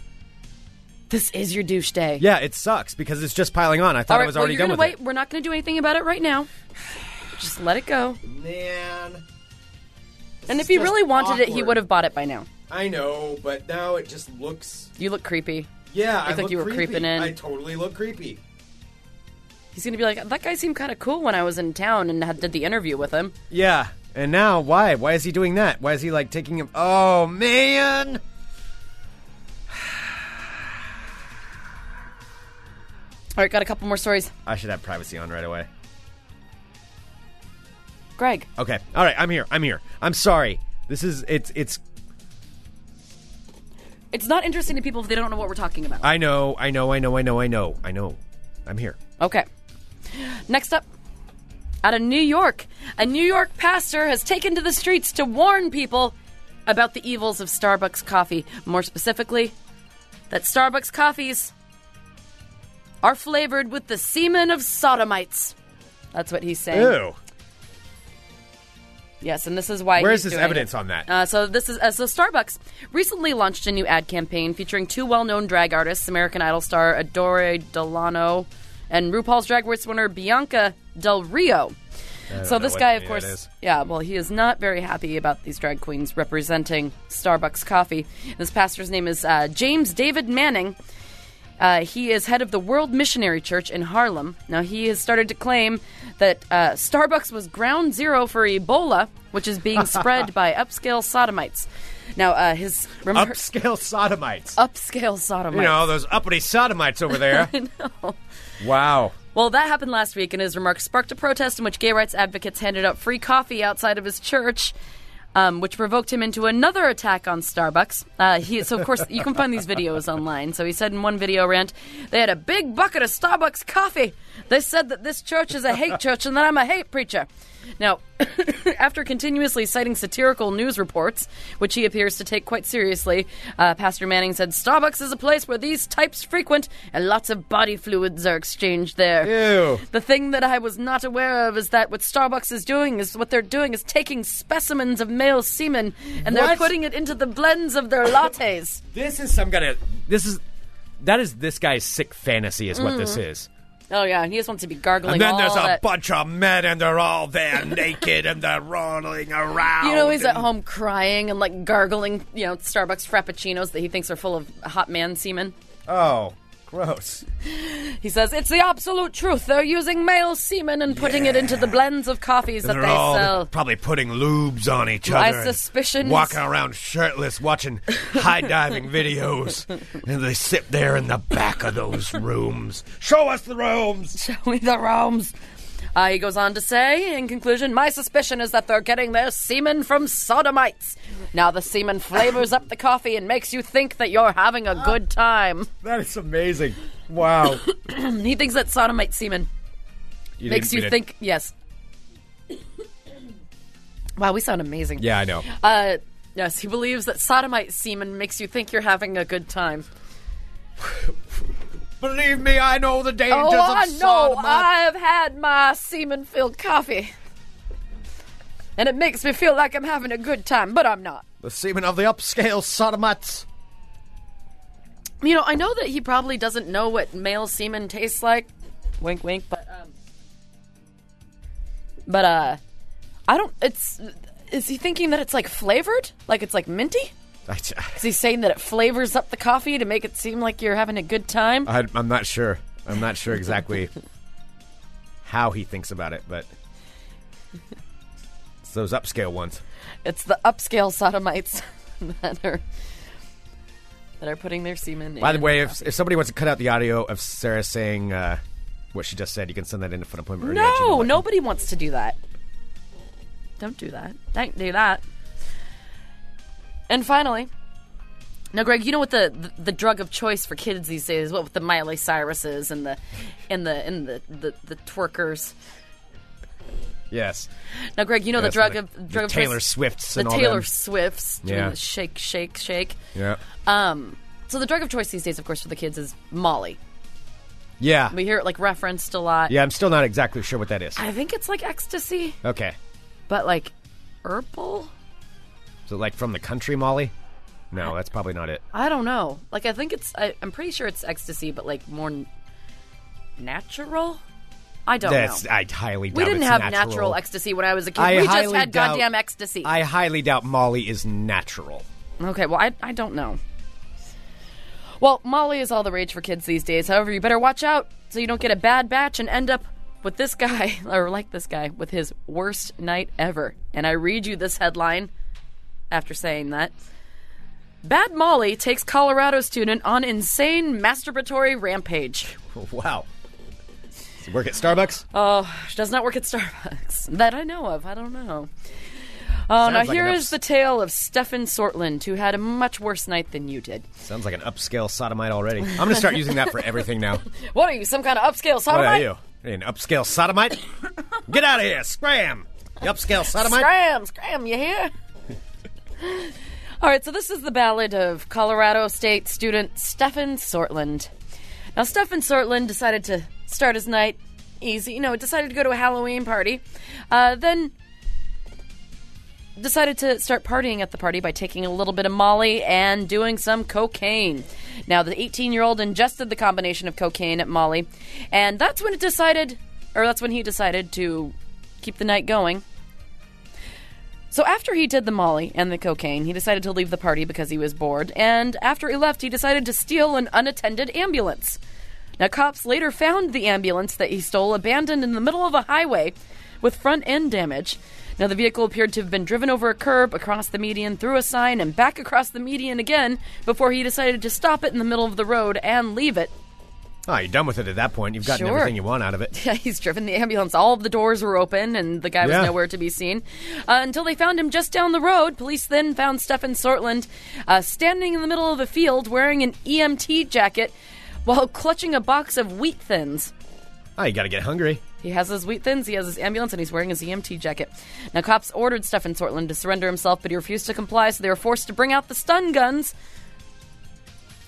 S7: This is your douche day.
S6: Yeah, it sucks because it's just piling on. I thought
S7: All right.
S6: I was
S7: well,
S6: already
S7: you're
S6: done
S7: gonna
S6: with
S7: wait.
S6: it.
S7: We're not going to do anything about it right now. Just let it go.
S6: Man,
S7: and if he
S6: just
S7: really wanted it, he
S6: awkward.
S7: would have bought it by now.
S6: I know, but now it just looks.
S7: You look creepy.
S6: Yeah, I
S7: Looked like
S6: look
S7: you were
S6: creepy.
S7: creeping in.
S6: I totally look creepy.
S7: He's going to be like, that guy seemed kind of cool when I was in town and had, did the interview with him.
S6: Yeah, and now why? Why is he doing that? Why is he like taking him? Oh man!
S7: All right, got a couple more stories.
S6: I should have privacy on right away.
S7: Greg,
S6: Okay, all right. I'm here. I'm here. I'm sorry. This is it's it's.
S7: it's not interesting to people if they don't know what we're talking about.
S6: I know. I know. I know. I know. I know. I know. I'm here.
S7: Okay. Next up, out of New York, a New York pastor has taken to the streets to warn people about the evils of Starbucks coffee. More specifically, that Starbucks coffees are flavored with the semen of sodomites. That's what he's saying.
S6: Ew.
S7: Yes, and this is why.
S6: Where is
S7: he's
S6: this
S7: doing
S6: evidence
S7: it.
S6: on that?
S7: Uh, so this is uh, so Starbucks recently launched a new ad campaign featuring two well-known drag artists, American Idol star Adore Delano and RuPaul's Drag Race winner Bianca Del Rio. So
S6: know
S7: this
S6: what
S7: guy, of
S6: any of that is.
S7: course, yeah, well, he is not very happy about these drag queens representing Starbucks coffee. This pastor's name is uh, James David Manning. Uh, he is head of the World Missionary Church in Harlem. Now, he has started to claim that uh, Starbucks was ground zero for Ebola, which is being spread by upscale sodomites. Now, uh, his. Remember,
S6: Upscale [laughs] sodomites.
S7: upscale sodomites.
S6: you know, those uppity sodomites
S7: [laughs]
S6: over there. Wow.
S7: Well, that happened last week, and his remarks sparked a protest in which gay rights advocates handed out free coffee outside of his church, um, which provoked him into another attack on Starbucks. Uh, he, so, of course, you can find these videos online. So, he said in one video rant, they had a big bucket of Starbucks coffee. They said that this church is a
S6: [laughs]
S7: hate church and that I'm a hate preacher. Now, [coughs] after continuously citing satirical news reports, which he appears to take quite seriously, uh, Pastor Manning said Starbucks is a place where these types frequent and lots of body fluids are exchanged there.
S6: Ew.
S7: The thing that I was not aware of is that what Starbucks is doing is what they're doing is taking specimens of male semen and they're
S6: What?
S7: putting it into the blends of their
S6: [laughs]
S7: lattes.
S6: This is some kind of. This is. That is this guy's sick fantasy, is what this is.
S7: oh yeah, he just wants to be gargling.
S6: and then there's
S7: all
S6: a
S7: that-
S6: bunch of men, and they're all there [laughs] naked, and they're rolling around.
S7: You know, he's at
S6: and-
S7: home crying and like gargling, you know, Starbucks frappuccinos that he thinks are full of hot man semen.
S6: Oh, gross.
S7: He says it's the absolute truth. They're using male semen and putting it into the blends of coffees that
S6: They're
S7: they
S6: all
S7: sell. [laughs]
S6: probably putting lubes on each
S7: My
S6: other. and
S7: suspicions-
S6: Walking around
S7: [laughs]
S6: shirtless, watching high diving videos, and they sit there in the back of those rooms. Show us
S7: [laughs]
S6: the rooms.
S7: with the rooms. Uh, he goes on to say, in conclusion, my suspicion is that they're getting their semen from sodomites. Now the semen flavors up the coffee and makes you think that you're having a good time. [clears throat]
S6: That is amazing. Wow.
S7: He thinks that sodomite semen
S6: You
S7: makes
S6: didn't-
S7: you
S6: didn't-
S7: think, yes. Wow, we sound amazing.
S6: Yeah, I know.
S7: Uh, yes, he believes that sodomite semen makes you think you're having a good time.
S6: Believe me, I know the dangers
S7: Oh, I
S6: of
S7: know.
S6: sodomite.
S7: I've had my semen filled coffee. And it makes me feel like I'm having a good time, but I'm not.
S6: The semen of the upscale sodomites.
S7: You know, I know that he probably doesn't know what male semen tastes like. Wink, wink. But, um. But, uh. I don't. It's. Is he thinking that it's like flavored? Like it's like minty?
S6: I,
S7: Is he saying that it flavors up the coffee to make it seem like you're having a good time?
S6: I, I'm not sure. I'm not sure exactly [laughs] how he thinks about it, but it's those upscale ones.
S7: It's the upscale sodomites [laughs] that are that are putting their semen.
S6: By the
S7: in.
S6: way, if, if somebody wants to cut out the audio of Sarah saying uh, what she just said, you can send that in for an appointment.
S7: no, nobody wants to do that. Don't do that. Don't do that. And finally, now, Greg, you know what the, the, the drug of choice for kids these days? is? What with the Miley Cyruses and the and the and the the, the twerkers.
S6: Yes.
S7: Now, Greg, you know
S6: Yes,
S7: the drug
S6: the-
S7: of
S6: the
S7: drug of
S6: Taylor
S7: choice,
S6: Swifts
S7: the
S6: and all
S7: Taylor
S6: them.
S7: Swifts, doing
S6: Yeah.
S7: the shake, shake, shake.
S6: Yeah.
S7: Um, so the drug of choice these days, of course, for the kids is Molly.
S6: Yeah.
S7: We hear it like referenced a lot.
S6: Yeah, I'm still not exactly sure what that is.
S7: I think it's like ecstasy,
S6: Okay.
S7: but like herbal.
S6: So, like from the country, Molly? No, that's probably not it.
S7: I don't know. Like I think it's. I, I'm pretty sure it's ecstasy, but like more n- natural. I don't
S6: That's
S7: know.
S6: I highly doubt
S7: we didn't
S6: it's
S7: have
S6: natural.
S7: ecstasy when I was a kid.
S6: I
S7: we just
S6: highly
S7: had
S6: doubt-
S7: goddamn ecstasy.
S6: I highly doubt Molly is natural. [laughs]
S7: Okay, well, I, I don't know. Well, Molly is all the rage for kids these days. However, you better watch out so you don't get a bad batch and end up with this guy, [laughs] or like this guy, with his worst night ever. And I read you this headline after saying that. Bad Molly takes Colorado student on insane masturbatory rampage.
S6: Wow. Does it work at Starbucks?
S7: Oh, she does not work at Starbucks. [laughs] That I know of. I don't know. Oh, now
S6: Sounds like
S7: here
S6: an
S7: is
S6: ups-
S7: the tale of Stefan Sortland, who had a much worse night than you did.
S6: Sounds like an upscale sodomite already. I'm going to start using that for everything
S7: [laughs]
S6: now.
S7: What are you, some kind of upscale
S6: What are
S7: sodomite?
S6: you? An upscale sodomite? Get out of here. Scram. You upscale sodomite?
S7: Scram, scram, you hear? All right, so this is the ballad of Colorado State student Stefan Sortland. Now, Stefan Sortland decided to start his night easy. You know, decided to go to a Halloween party. Uh, then decided to start partying at the party by taking a little bit of Molly and doing some cocaine. Now, the 18 year old ingested the combination of cocaine at Molly, and that's when it decided, or that's when he decided to keep the night going. So after he did the Molly and the cocaine, he decided to leave the party because he was bored, and after he left, he decided to steal an unattended ambulance. Now, cops later found the ambulance that he stole abandoned in the middle of a highway with front end damage. Now, the vehicle appeared to have been driven over a curb, across the median, through a sign, and back across the median again before he decided to stop it in the middle of the road and leave it.
S6: Oh, you're done with it at that point. You've gotten
S7: Sure.
S6: everything you want out of it.
S7: [laughs] Yeah, he's driven the ambulance. All of the doors were open, and the guy
S6: Yeah.
S7: was nowhere to be seen uh, until they found him just down the road. Police then found Stefan Sortland uh, standing in the middle of a field wearing an EMT jacket while clutching a box of wheat thins.
S6: Oh, you got to get hungry.
S7: He has his wheat thins, he has his ambulance, and he's wearing his EMT jacket. Now, cops ordered Stefan Sortland to surrender himself, but he refused to comply, so they were forced to bring out the stun guns.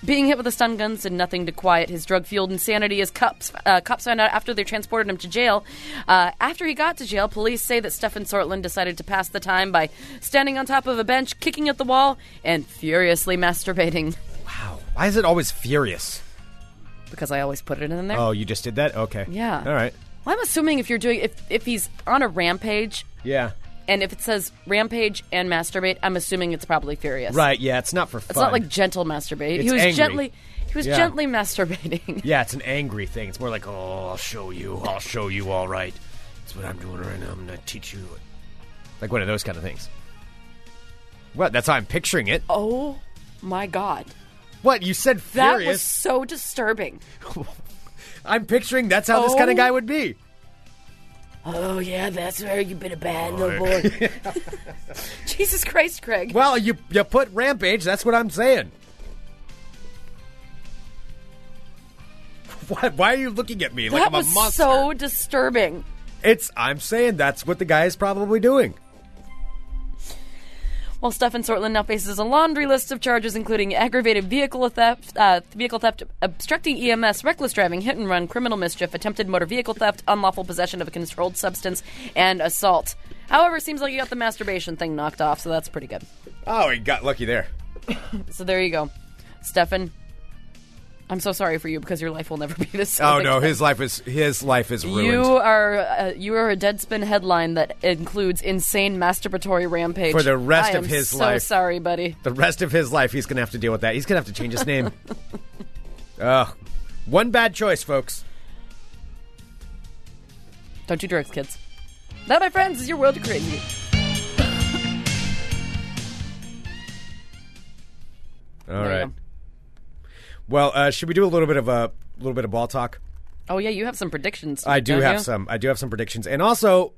S7: Being hit with the stun guns did nothing to quiet his drug fueled insanity as cops, uh, cops found out after they transported him to jail. Uh, after he got to jail, police say that Stefan Sortland decided to pass the time by standing on top of a bench, kicking at the wall, and furiously masturbating.
S6: Wow. Why is it always furious?
S7: Because I always put it in there.
S6: Oh, you just did that? Okay.
S7: Yeah.
S6: All right.
S7: Well, I'm assuming if you're doing, if, if he's on a rampage,
S6: Yeah.
S7: And if it says rampage and masturbate, I'm assuming it's probably furious.
S6: Right. Yeah. It's not for fun.
S7: It's not like gentle masturbate.
S6: It's
S7: he was
S6: angry.
S7: gently he was
S6: Yeah.
S7: gently
S6: [laughs]
S7: masturbating.
S6: Yeah, it's an angry thing. It's more like, oh, I'll show you. I'll show you. All right. That's what I'm doing right now. I'm going to teach you. Like one of those kind of things. What? That's how I'm picturing it.
S7: Oh my god.
S6: What? You said
S7: That
S6: furious.
S7: was so disturbing.
S6: [laughs] I'm picturing that's how this
S7: Oh.
S6: kind of guy would be.
S7: Oh yeah, that's where you've been a
S6: Oh,
S7: bad little boy.
S6: [laughs]
S7: [laughs] Jesus Christ, Craig.
S6: Well, you you put rampage. That's what I'm saying. [laughs] Why, why are you looking at me like
S7: that
S6: I'm a
S7: was
S6: monster?
S7: so disturbing.
S6: It's I'm saying that's what the guy is probably doing.
S7: While Stefan Sortland now faces a laundry list of charges, including aggravated vehicle theft, uh, vehicle theft, obstructing EMS, reckless driving, hit and run, criminal mischief, attempted motor vehicle theft, unlawful possession of a controlled substance, and assault. However, it seems like you got the masturbation thing knocked off, so that's pretty good.
S6: Oh, he got lucky there.
S7: So there you go, Stefan. I'm so sorry for you because your life will never [laughs] be the same.
S6: Oh no,
S7: again.
S6: his life is his life is ruined.
S7: You are uh, you are a Deadspin headline that includes insane masturbatory rampage
S6: For the rest
S7: I
S6: of
S7: am
S6: his
S7: so
S6: life.
S7: Sorry, buddy.
S6: the rest of his life, he's gonna have to deal with that. He's gonna have to change his [laughs] name. Ugh. One bad choice, folks.
S7: Don't do drugs, kids. That, my friends, is your world of crazy.
S6: All
S7: There you
S6: right.
S7: go.
S6: Well, uh, should we do a little bit of a little bit of ball talk?
S7: Oh yeah, you have some predictions.
S6: I do
S7: don't
S6: have
S7: you?
S6: some. I do have some predictions, and also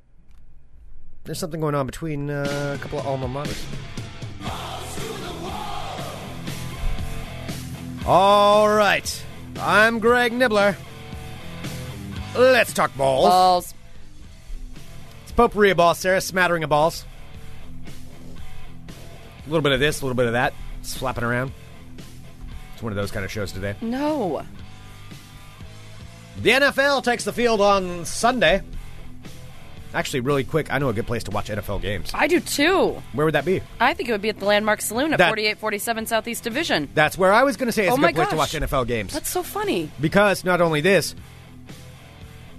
S6: there's something going on between uh, a couple of alma maters. All right, I'm Greg Nibbler. Let's talk balls.
S7: balls.
S6: It's potpourri of balls, Sarah. Smattering of balls. A little bit of this, a little bit of that, slapping around. It's one of those kind of shows today.
S7: No.
S6: The NFL takes the field on Sunday. Actually, really quick, I know a good place to watch NFL games.
S7: I do too.
S6: Where would that be?
S7: I think it would be at the Landmark Saloon at
S6: That-
S7: 4847 Southeast Division.
S6: That's where I was going to say it's
S7: Oh
S6: a
S7: my
S6: good place to watch
S7: gosh.
S6: NFL games.
S7: That's so funny.
S6: because not only this,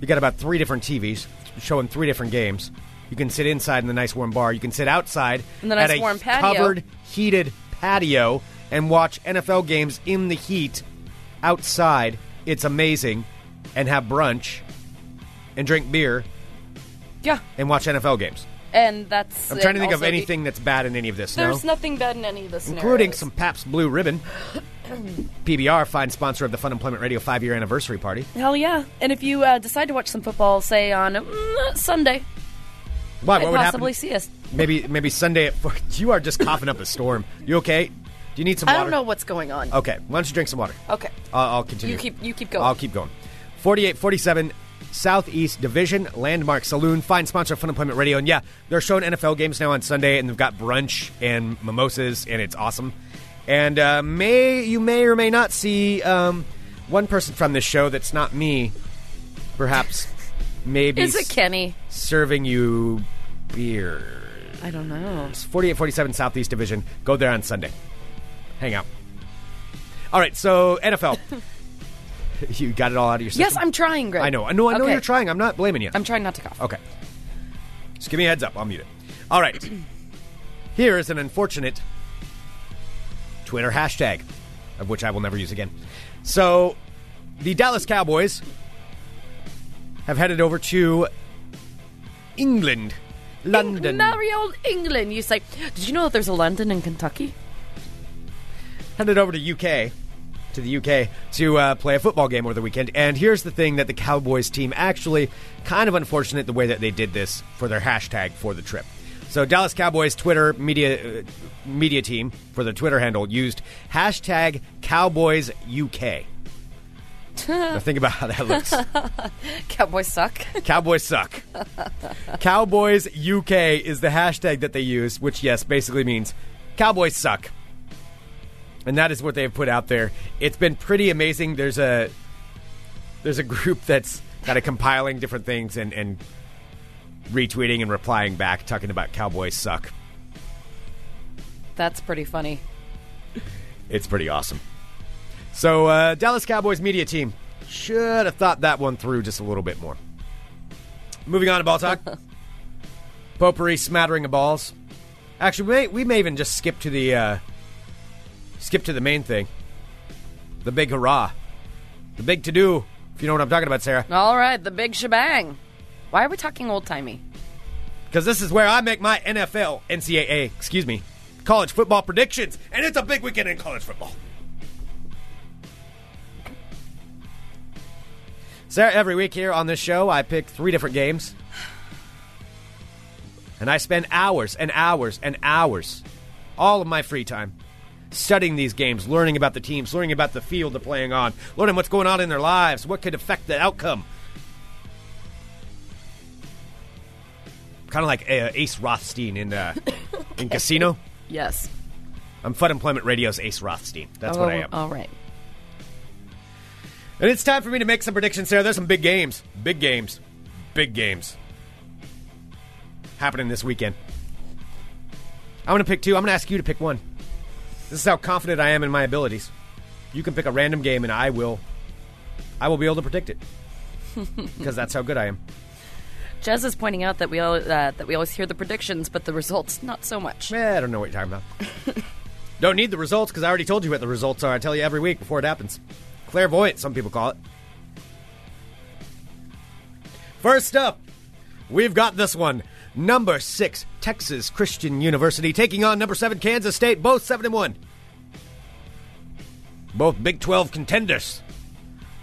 S6: you got about three different TVs showing three different games. You can sit inside in the nice warm bar. You can sit outside
S7: In the nice
S6: at a
S7: warm patio.
S6: covered, heated patio and watch NFL games in the heat outside. It's amazing, and have brunch, and drink beer,
S7: Yeah.
S6: and watch NFL games.
S7: And that's
S6: I'm
S7: and
S6: trying to think of
S7: also the-
S6: anything that's bad in any of this.
S7: There's
S6: no,
S7: nothing bad in any of this
S6: including some Pabst
S7: [coughs]
S6: Blue Ribbon. PBR, fine sponsor of the Fun Employment Radio five-year anniversary party.
S7: Hell yeah. And if you uh, decide to watch some football, say on mm, Sunday,
S6: Why?
S7: might
S6: What would
S7: possibly
S6: happen?
S7: see us.
S6: Maybe, maybe Sunday [laughs] at four. You are just coughing up a storm. You okay? Do you need some
S7: I don't
S6: water?
S7: know what's going on.
S6: Okay, why don't you drink some water?
S7: Okay.
S6: I'll, I'll continue.
S7: You keep- you keep going.
S6: I'll keep going. Forty-eight, forty-seven, Southeast Division Landmark Saloon, fine sponsor of Fun Employment Radio, and yeah, they're showing NFL games now on Sunday, and they've got brunch and mimosas, and it's awesome. And uh, may you may or may not see um, one person from this show that's not me, perhaps, maybe
S7: Is it Kenny?
S6: serving you beer.
S7: I don't know.
S6: It's 4847 Southeast Division. Go there on Sunday. Hang out. All right, so
S7: [laughs]
S6: NFL. you got it all out of your system?
S7: Yes, I'm trying, Greg.
S6: I know. I know. I know
S7: Okay.
S6: you're trying. I'm not blaming you.
S7: I'm trying not to cough.
S6: Okay. Just give me a heads up. I'll mute it. All right. Here is an unfortunate Twitter hashtag, of which I will never use again. So, the Dallas Cowboys have headed over to England, London.
S7: Merry old England, you say. Did you know that there's a London in Kentucky?
S6: headed over to UK to the UK to uh, play a football game over the weekend. And here's the thing that the Cowboys team actually kind of unfortunate the way that they did this for their hashtag for the trip. So Dallas Cowboys Twitter media uh, media team for their Twitter handle used hashtag Cowboys UK. now think about how that looks.
S7: [laughs] Cowboys suck. [laughs]
S6: Cowboys suck. Cowboys UK is the hashtag that they use, which, yes, basically means Cowboys suck. And that is what they have put out there. It's been pretty amazing. There's a there's a group that's kind of compiling different things and, and retweeting and replying back, talking about Cowboys suck.
S7: That's pretty funny.
S6: It's pretty awesome. So, uh, Dallas Cowboys media team should have thought that one through just a little bit more. Moving on to ball talk. Potpourri smattering of balls. Actually, we may, we may even just skip to the uh, skip to the main thing. The big hurrah. The big to do. If you know what I'm talking about, Sarah.
S7: All right, the big shebang. Why are we talking old timey?
S6: Because this is where I make my NFL, NCAA, excuse me, college football predictions. And it's a big weekend in college football. Sarah, every week here on this show, I pick three different games. And I spend hours and hours and hours, all of my free time, studying these games, learning about the teams, learning about the field they're playing on, learning what's going on in their lives, what could affect the outcome. Kind of like uh, Ace Rothstein in, uh, in Casino.
S7: Yes. Oh,
S6: I'm Fun Employment Radio's Ace Rothstein. That's what I am.
S7: All right.
S6: And it's time for me to make some predictions, Sarah. There's some big games. Big games. Big games. Happening this weekend. I'm going to pick two. I'm going to ask you to pick one. This is how confident I am in my abilities. You can pick a random game and I will I will be able to predict it. because that's how good I am.
S7: Jez is pointing out that we all, uh, that we always hear the predictions, but the results not so much.
S6: Eh, I don't know what you're talking about. don't need the results because I already told you what the results are. I tell you every week before it happens. Clairvoyant, some people call it. First up, we've got this one. Number six, Texas Christian University taking on number seven, Kansas State, both seven and one. Both Big 12 contenders.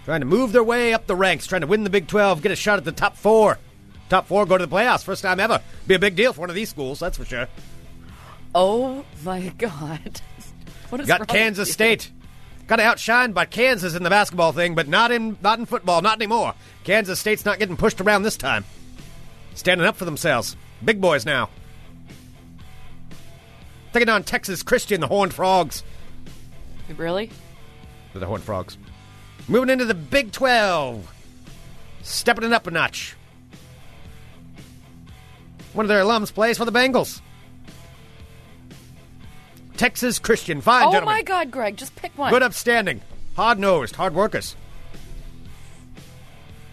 S6: Trying to move their way up the ranks, trying to win the Big 12, get a shot at the top four. Top four go to the playoffs, first time ever. Be a big deal for one of these schools, that's for sure.
S7: Oh my [laughs] God. What is
S6: Got
S7: wrong with
S6: Kansas
S7: you?
S6: State. Got outshined by Kansas in the basketball thing, but not in not in football, not anymore. Kansas State's not getting pushed around this time. Standing up for themselves. Big boys now. Taking on Texas Christian, the Horned Frogs.
S7: Really?
S6: They're The Horned Frogs. Moving into the Big 12. Stepping it up a notch. One of their alums plays for the Bengals. Texas Christian. Fine,
S7: oh
S6: gentlemen.
S7: my God, Greg, just pick one.
S6: Good upstanding, hard nosed, hard workers.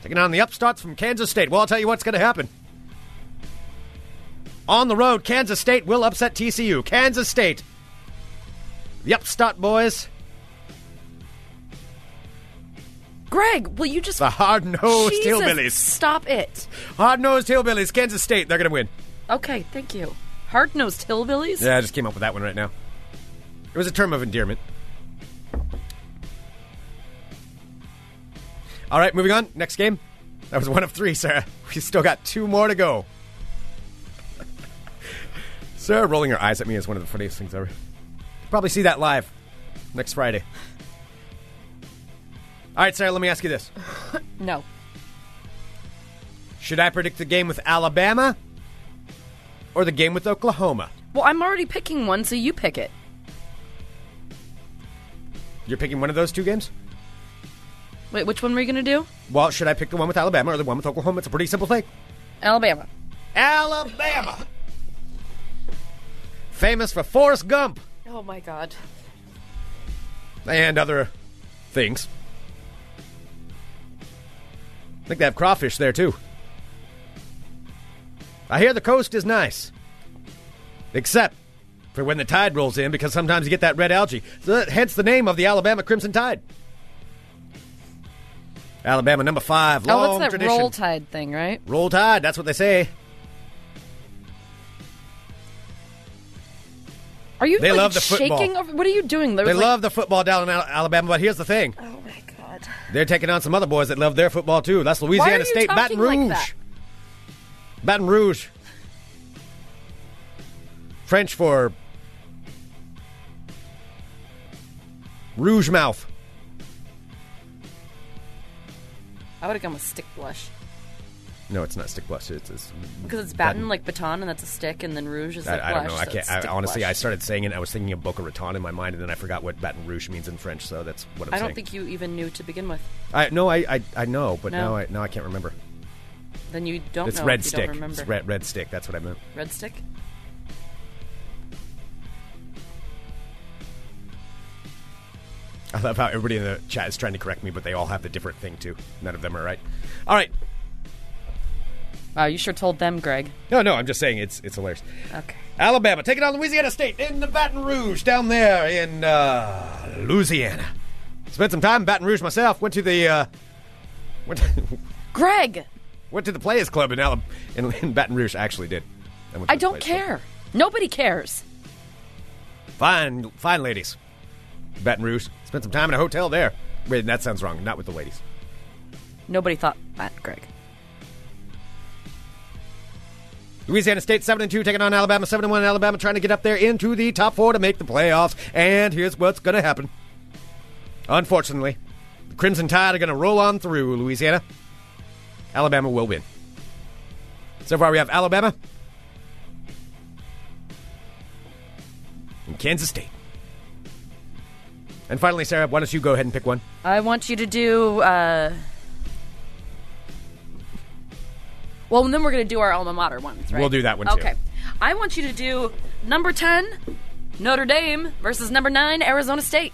S6: Taking on the upstarts from Kansas State. Well, I'll tell you what's going to happen. On the road, Kansas State will upset TCU. Kansas State. The upstart boys,
S7: Greg, will you just
S6: the hard nosed
S7: Jesus,
S6: hillbillies.
S7: Stop it.
S6: Hard nosed hillbillies, Kansas State, they're going to win.
S7: Okay, thank you. Hard nosed hillbillies?
S6: Yeah, I just came up with that one right now. It was a term of endearment. All right, moving on. Next game. That was one of three, Sarah. [laughs] We still got two more to go. [laughs] Sarah rolling her eyes at me is one of the funniest things ever. Probably see that live next Friday. All right, Sarah, let me ask you this.
S7: No.
S6: Should I predict the game with Alabama or the game with Oklahoma?
S7: Well, I'm already picking one, so you pick it.
S6: You're picking one of those two games?
S7: Wait, which one were you going to do?
S6: Well, should I pick the one with Alabama or the one with Oklahoma? It's a pretty simple thing.
S7: Alabama.
S6: Alabama. famous for Forrest Gump
S7: Oh my god.
S6: and other things. I think they have crawfish there too. I hear the coast is nice. Except for when the tide rolls in, because sometimes you get that red algae. So that, hence the name of the Alabama Crimson Tide. Alabama number five, long
S7: oh, that's that
S6: tradition.
S7: roll tide thing, right?
S6: Roll Tide, that's what they say.
S7: Are you
S6: They
S7: like,
S6: love the
S7: shaking?
S6: football.
S7: Over, what are you doing? There
S6: They
S7: was, like-
S6: love the football down in Al- Alabama, but here's the thing.
S7: oh my god.
S6: They're taking on some other boys that love their football too. That's
S7: Why are
S6: Louisiana
S7: you
S6: State,
S7: talking
S6: Baton Rouge.
S7: like that?
S6: Baton Rouge. French for Rouge Mouth.
S7: I would have gone with stick blush
S6: No, it's not stick blush. It's, it's
S7: because it's baton like baton, and that's a stick, and then rouge is like
S6: I, I
S7: blush.
S6: don't know. I
S7: so it's
S6: can't. I,
S7: stick
S6: honestly,
S7: blush.
S6: I started saying it. I was thinking of Boca Raton in my mind, and then I forgot what Baton Rouge means in French. So that's what I'm
S7: I
S6: saying.
S7: don't think you even knew to begin with.
S6: I no, I I, I know, but
S7: No.
S6: now I now I can't remember.
S7: Then you don't
S6: It's
S7: know.
S6: red
S7: if you
S6: stick.
S7: Don't remember.
S6: It's red red stick. That's what I meant.
S7: Red stick.
S6: I love how everybody in the chat is trying to correct me, but they all have the different thing too. None of them are right. All right.
S7: Wow, you sure told them, Greg.
S6: No, no, I'm just saying it's it's hilarious.
S7: Okay.
S6: Alabama taking on Louisiana State in the Baton Rouge down there in uh, Louisiana. Spent some time in Baton Rouge myself. Went to the uh, went
S7: Greg,
S6: [laughs] went to the Players Club in Alabama in, in Baton Rouge. I actually did. went to
S7: I
S6: the
S7: don't
S6: Players Club.
S7: care. Nobody cares.
S6: Fine, fine ladies. Baton Rouge. Spent some time in a hotel there. Wait, that sounds wrong. Not with the ladies.
S7: Nobody thought that, Greg.
S6: Louisiana State seven and two taking on Alabama seven and one. Alabama trying to get up there into the top four to make the playoffs. And here's what's going to happen. Unfortunately, the Crimson Tide are going to roll on through Louisiana. Alabama will win. So far, we have Alabama and Kansas State. And finally, Sarah, why don't you go ahead and pick one?
S7: I want you to do. Uh... Well, and then we're going to do our alma mater ones, right?
S6: We'll do that one, too.
S7: Okay. I want you to do number 10, Notre Dame versus number 9, Arizona State.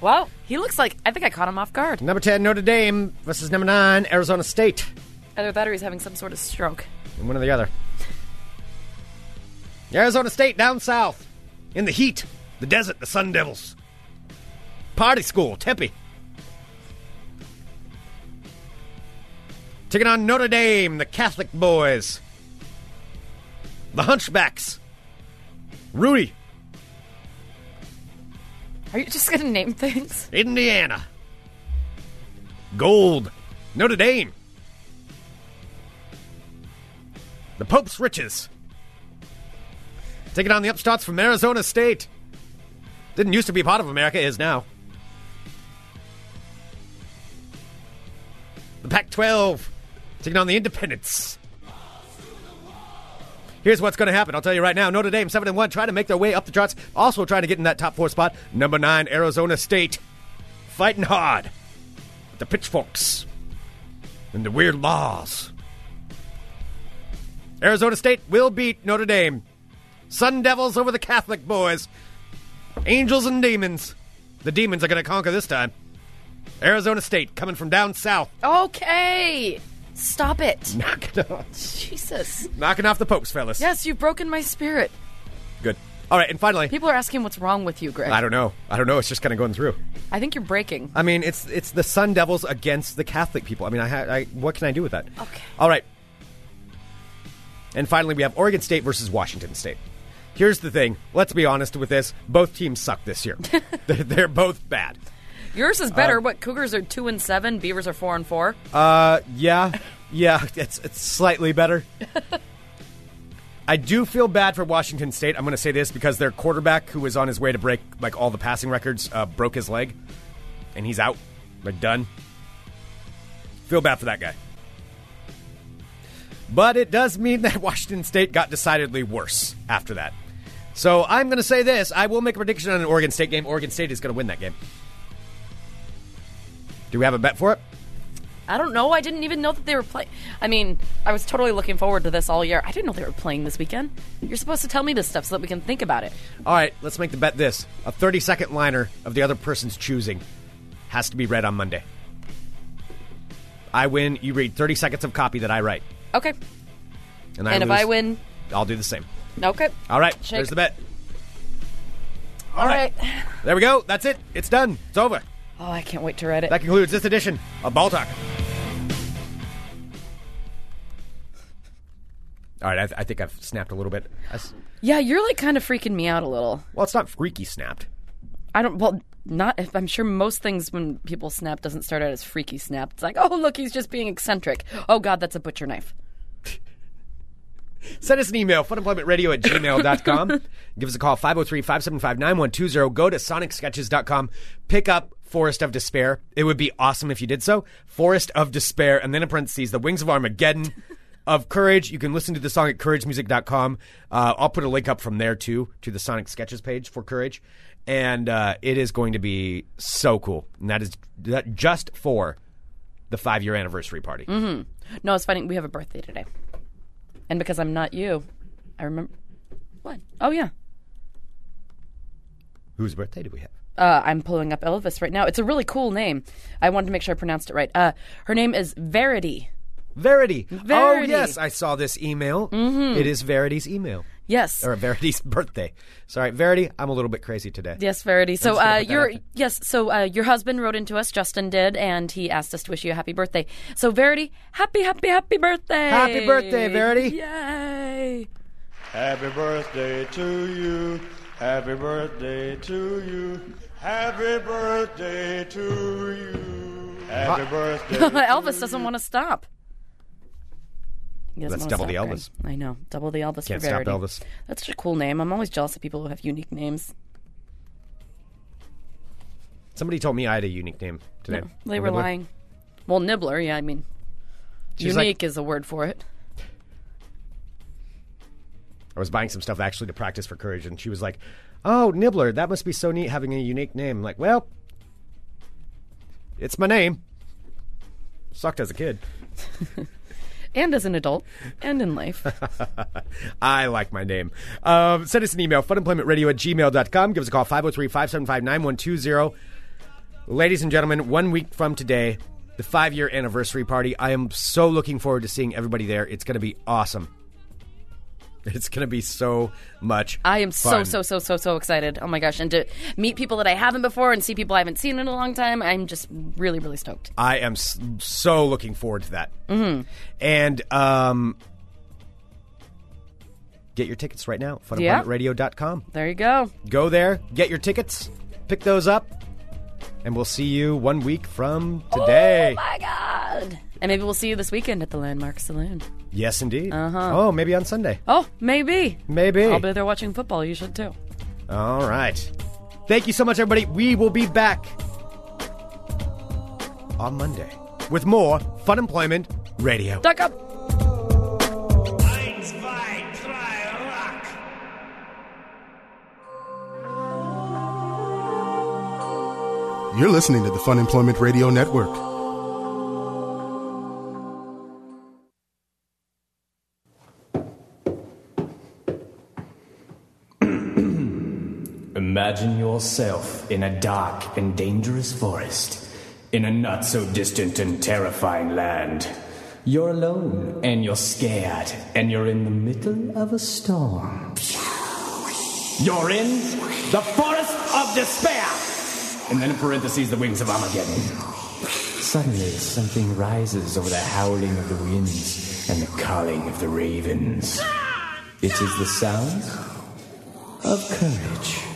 S7: Wow. He looks like. I think I caught him off guard.
S6: Number ten, Notre Dame versus number nine, Arizona State,
S7: Either that or he's having some sort of stroke.
S6: and one or the other. Arizona State down south, in the heat, the desert, the Sun Devils. Party school, Tempe. Taking on Notre Dame, the Catholic boys, the Hunchbacks. Rudy,
S7: Are you just going to name things?
S6: Indiana. Gold, Notre Dame. The Pope's riches. Taking on the upstarts from Arizona State. Didn't used to be part of America, is now. The Pac 12 taking on the independents. Here's what's going to happen. I'll tell you right now. Notre Dame 7 and 1 trying to make their way up the charts, also trying to get in that top 4 spot. Number 9 Arizona State fighting hard. With the pitchforks and the weird laws. Arizona State will beat Notre Dame. Sun Devils over the Catholic boys. Angels and demons. The demons are going to conquer this time. Arizona State coming from down south, [laughs]
S7: Okay. Stop it.
S6: knocking off,
S7: Jesus.
S6: knocking off the popes, fellas.
S7: Yes, you've broken my spirit.
S6: Good. All right, and finally,
S7: People are asking what's wrong with you, Greg.
S6: I don't know. I don't know. It's just kind of going through.
S7: I think you're breaking.
S6: I mean, it's it's the Sun Devils against the Catholic people. I mean, I, ha- I what can I do with that?
S7: Okay.
S6: All right. And finally, we have Oregon State versus Washington State. Here's the thing. Let's be honest with this. Both teams suck this year. they're, they're both bad.
S7: Yours is better. what Cougars are two and seven, Beavers are four and four.
S6: Uh, yeah, yeah. It's it's slightly better. I do feel bad for Washington State. I'm going to say this because their quarterback, who was on his way to break like all the passing records, uh, broke his leg, and he's out. Like done. Feel bad for that guy. But it does mean that [laughs] Washington State got decidedly worse after that. So I'm going to say this: I will make a prediction on an Oregon State game. Oregon State is going to win that game. Do we have a bet for it?
S7: I don't know. I didn't even know that they were playing. I mean, I was totally looking forward to this all year. I didn't know they were playing this weekend. You're supposed to tell me this stuff so that we can think about it.
S6: All right, let's make the bet this. A 30 second liner of the other person's choosing has to be read on Monday. I win, you read 30 seconds of copy that I write.
S7: Okay.
S6: And,
S7: and if
S6: lose,
S7: I win,
S6: I'll do the same.
S7: okay.
S6: All right,
S7: Shake.
S6: there's the bet.
S7: All right. [sighs]
S6: There we go. That's it. It's done. It's over.
S7: Oh, I can't wait to read it.
S6: That concludes this edition of Ball Talk. All right, I, I think I've snapped a little bit. I s-
S7: yeah, you're like kind of freaking me out a little.
S6: well, it's not freaky snapped.
S7: I don't. Well, not. If, I'm sure most things when people snap doesn't start out as freaky snap. It's like, oh look, he's just being eccentric. Oh god, that's a butcher knife.
S6: Send us an email, funemploymentradio at gmail.com. Give us a call, 503 575 9120. Go to sonicsketches.com. Pick up Forest of Despair. It would be awesome if you did so. Forest of Despair, and then in parentheses, The Wings of Armageddon of Courage. You can listen to the song at couragemusic.com. Uh, I'll put a link up from there, too, to the Sonic Sketches page for Courage. And uh, it is going to be so cool. And that is that just for the five year anniversary party.
S7: No, it's funny. We have a birthday today, and because I'm not you, I remember. What? Oh yeah.
S6: Whose birthday do we have?
S7: Uh, I'm pulling up Elvis right now. It's a really cool name. I wanted to make sure I pronounced it right. Uh, her name is Verity.
S6: Verity. Oh
S7: Verity. Mm-hmm.
S6: yes, I saw this email. It is Verity's email
S7: Yes.
S6: or Verity's [laughs] birthday. Sorry, Verity. I'm a little bit crazy today.
S7: Yes, Verity. So
S6: just gonna
S7: uh,
S6: put that
S7: your
S6: out
S7: yes, so uh, your husband wrote into us. Justin did, and he asked us to wish you a happy birthday. So Verity, happy, happy, happy birthday!
S6: Happy birthday, Verity.
S7: Yay! [laughs]
S8: Happy birthday to you. Happy birthday to you. Happy birthday to you. Happy birthday.
S7: Elvis doesn't want to stop. He doesn't
S6: That's
S7: wanna
S6: double the
S7: stop, Greg.
S6: Elvis.
S7: I know, double the Elvis.
S6: Can't
S7: for
S6: stop
S7: Verity.
S6: Elvis.
S7: That's such a cool name. I'm always jealous of people who have unique names.
S6: Somebody told me I had a unique name today.
S7: They were
S6: Nibbler.
S7: lying. Well, nibbler. Yeah, I mean,
S6: She's like-
S7: unique is a word for it.
S6: I was buying some stuff actually to practice for courage, and she was like, "Oh, Nibbler, that must be so neat having a unique name." I'm like, well, it's my name. Sucked as a kid.
S7: And as an adult, and in
S6: [laughs]
S7: life.
S6: I like my name. Um, send us an email, funemploymentradio at gmail.com. Give us a call, 503 575 9120. Ladies and gentlemen, one week from today, the five year anniversary party. I am so looking forward to seeing everybody there. It's going to be awesome. [laughs] It's going to be so much.
S7: I am
S6: fun.
S7: so so so so so excited. Oh my gosh, and to meet people that I haven't before and see people I haven't seen in a long time, I'm just really really stoked.
S6: I am s- so looking forward to that. Mm-hmm. And um, get your tickets right now,
S7: Yeah.
S6: funemploymentradio.com.
S7: There you go.
S6: go there, get your tickets, pick those up, and we'll see you one week from today.
S7: Oh my god. And maybe we'll see you this weekend at the Landmark Saloon.
S6: yes, indeed. Uh-huh. Oh, maybe on Sunday.
S7: Oh, maybe.
S6: Maybe.
S7: I'll be there watching football. You should too.
S6: All right. Thank you so much, everybody. We will be back on Monday with more Fun Employment Radio.
S7: Duck up.
S9: Eins, zwei, drei, rock!
S1: You're listening to the Fun Employment Radio Network.
S10: Imagine yourself in a dark and dangerous forest, in a not so distant and terrifying land. You're alone, and you're scared, and you're in the middle of a storm. You're in the forest of despair! And then in parentheses, the wings of Armageddon. Suddenly, something rises over the howling of the winds and the calling of the ravens. It is the sound of courage.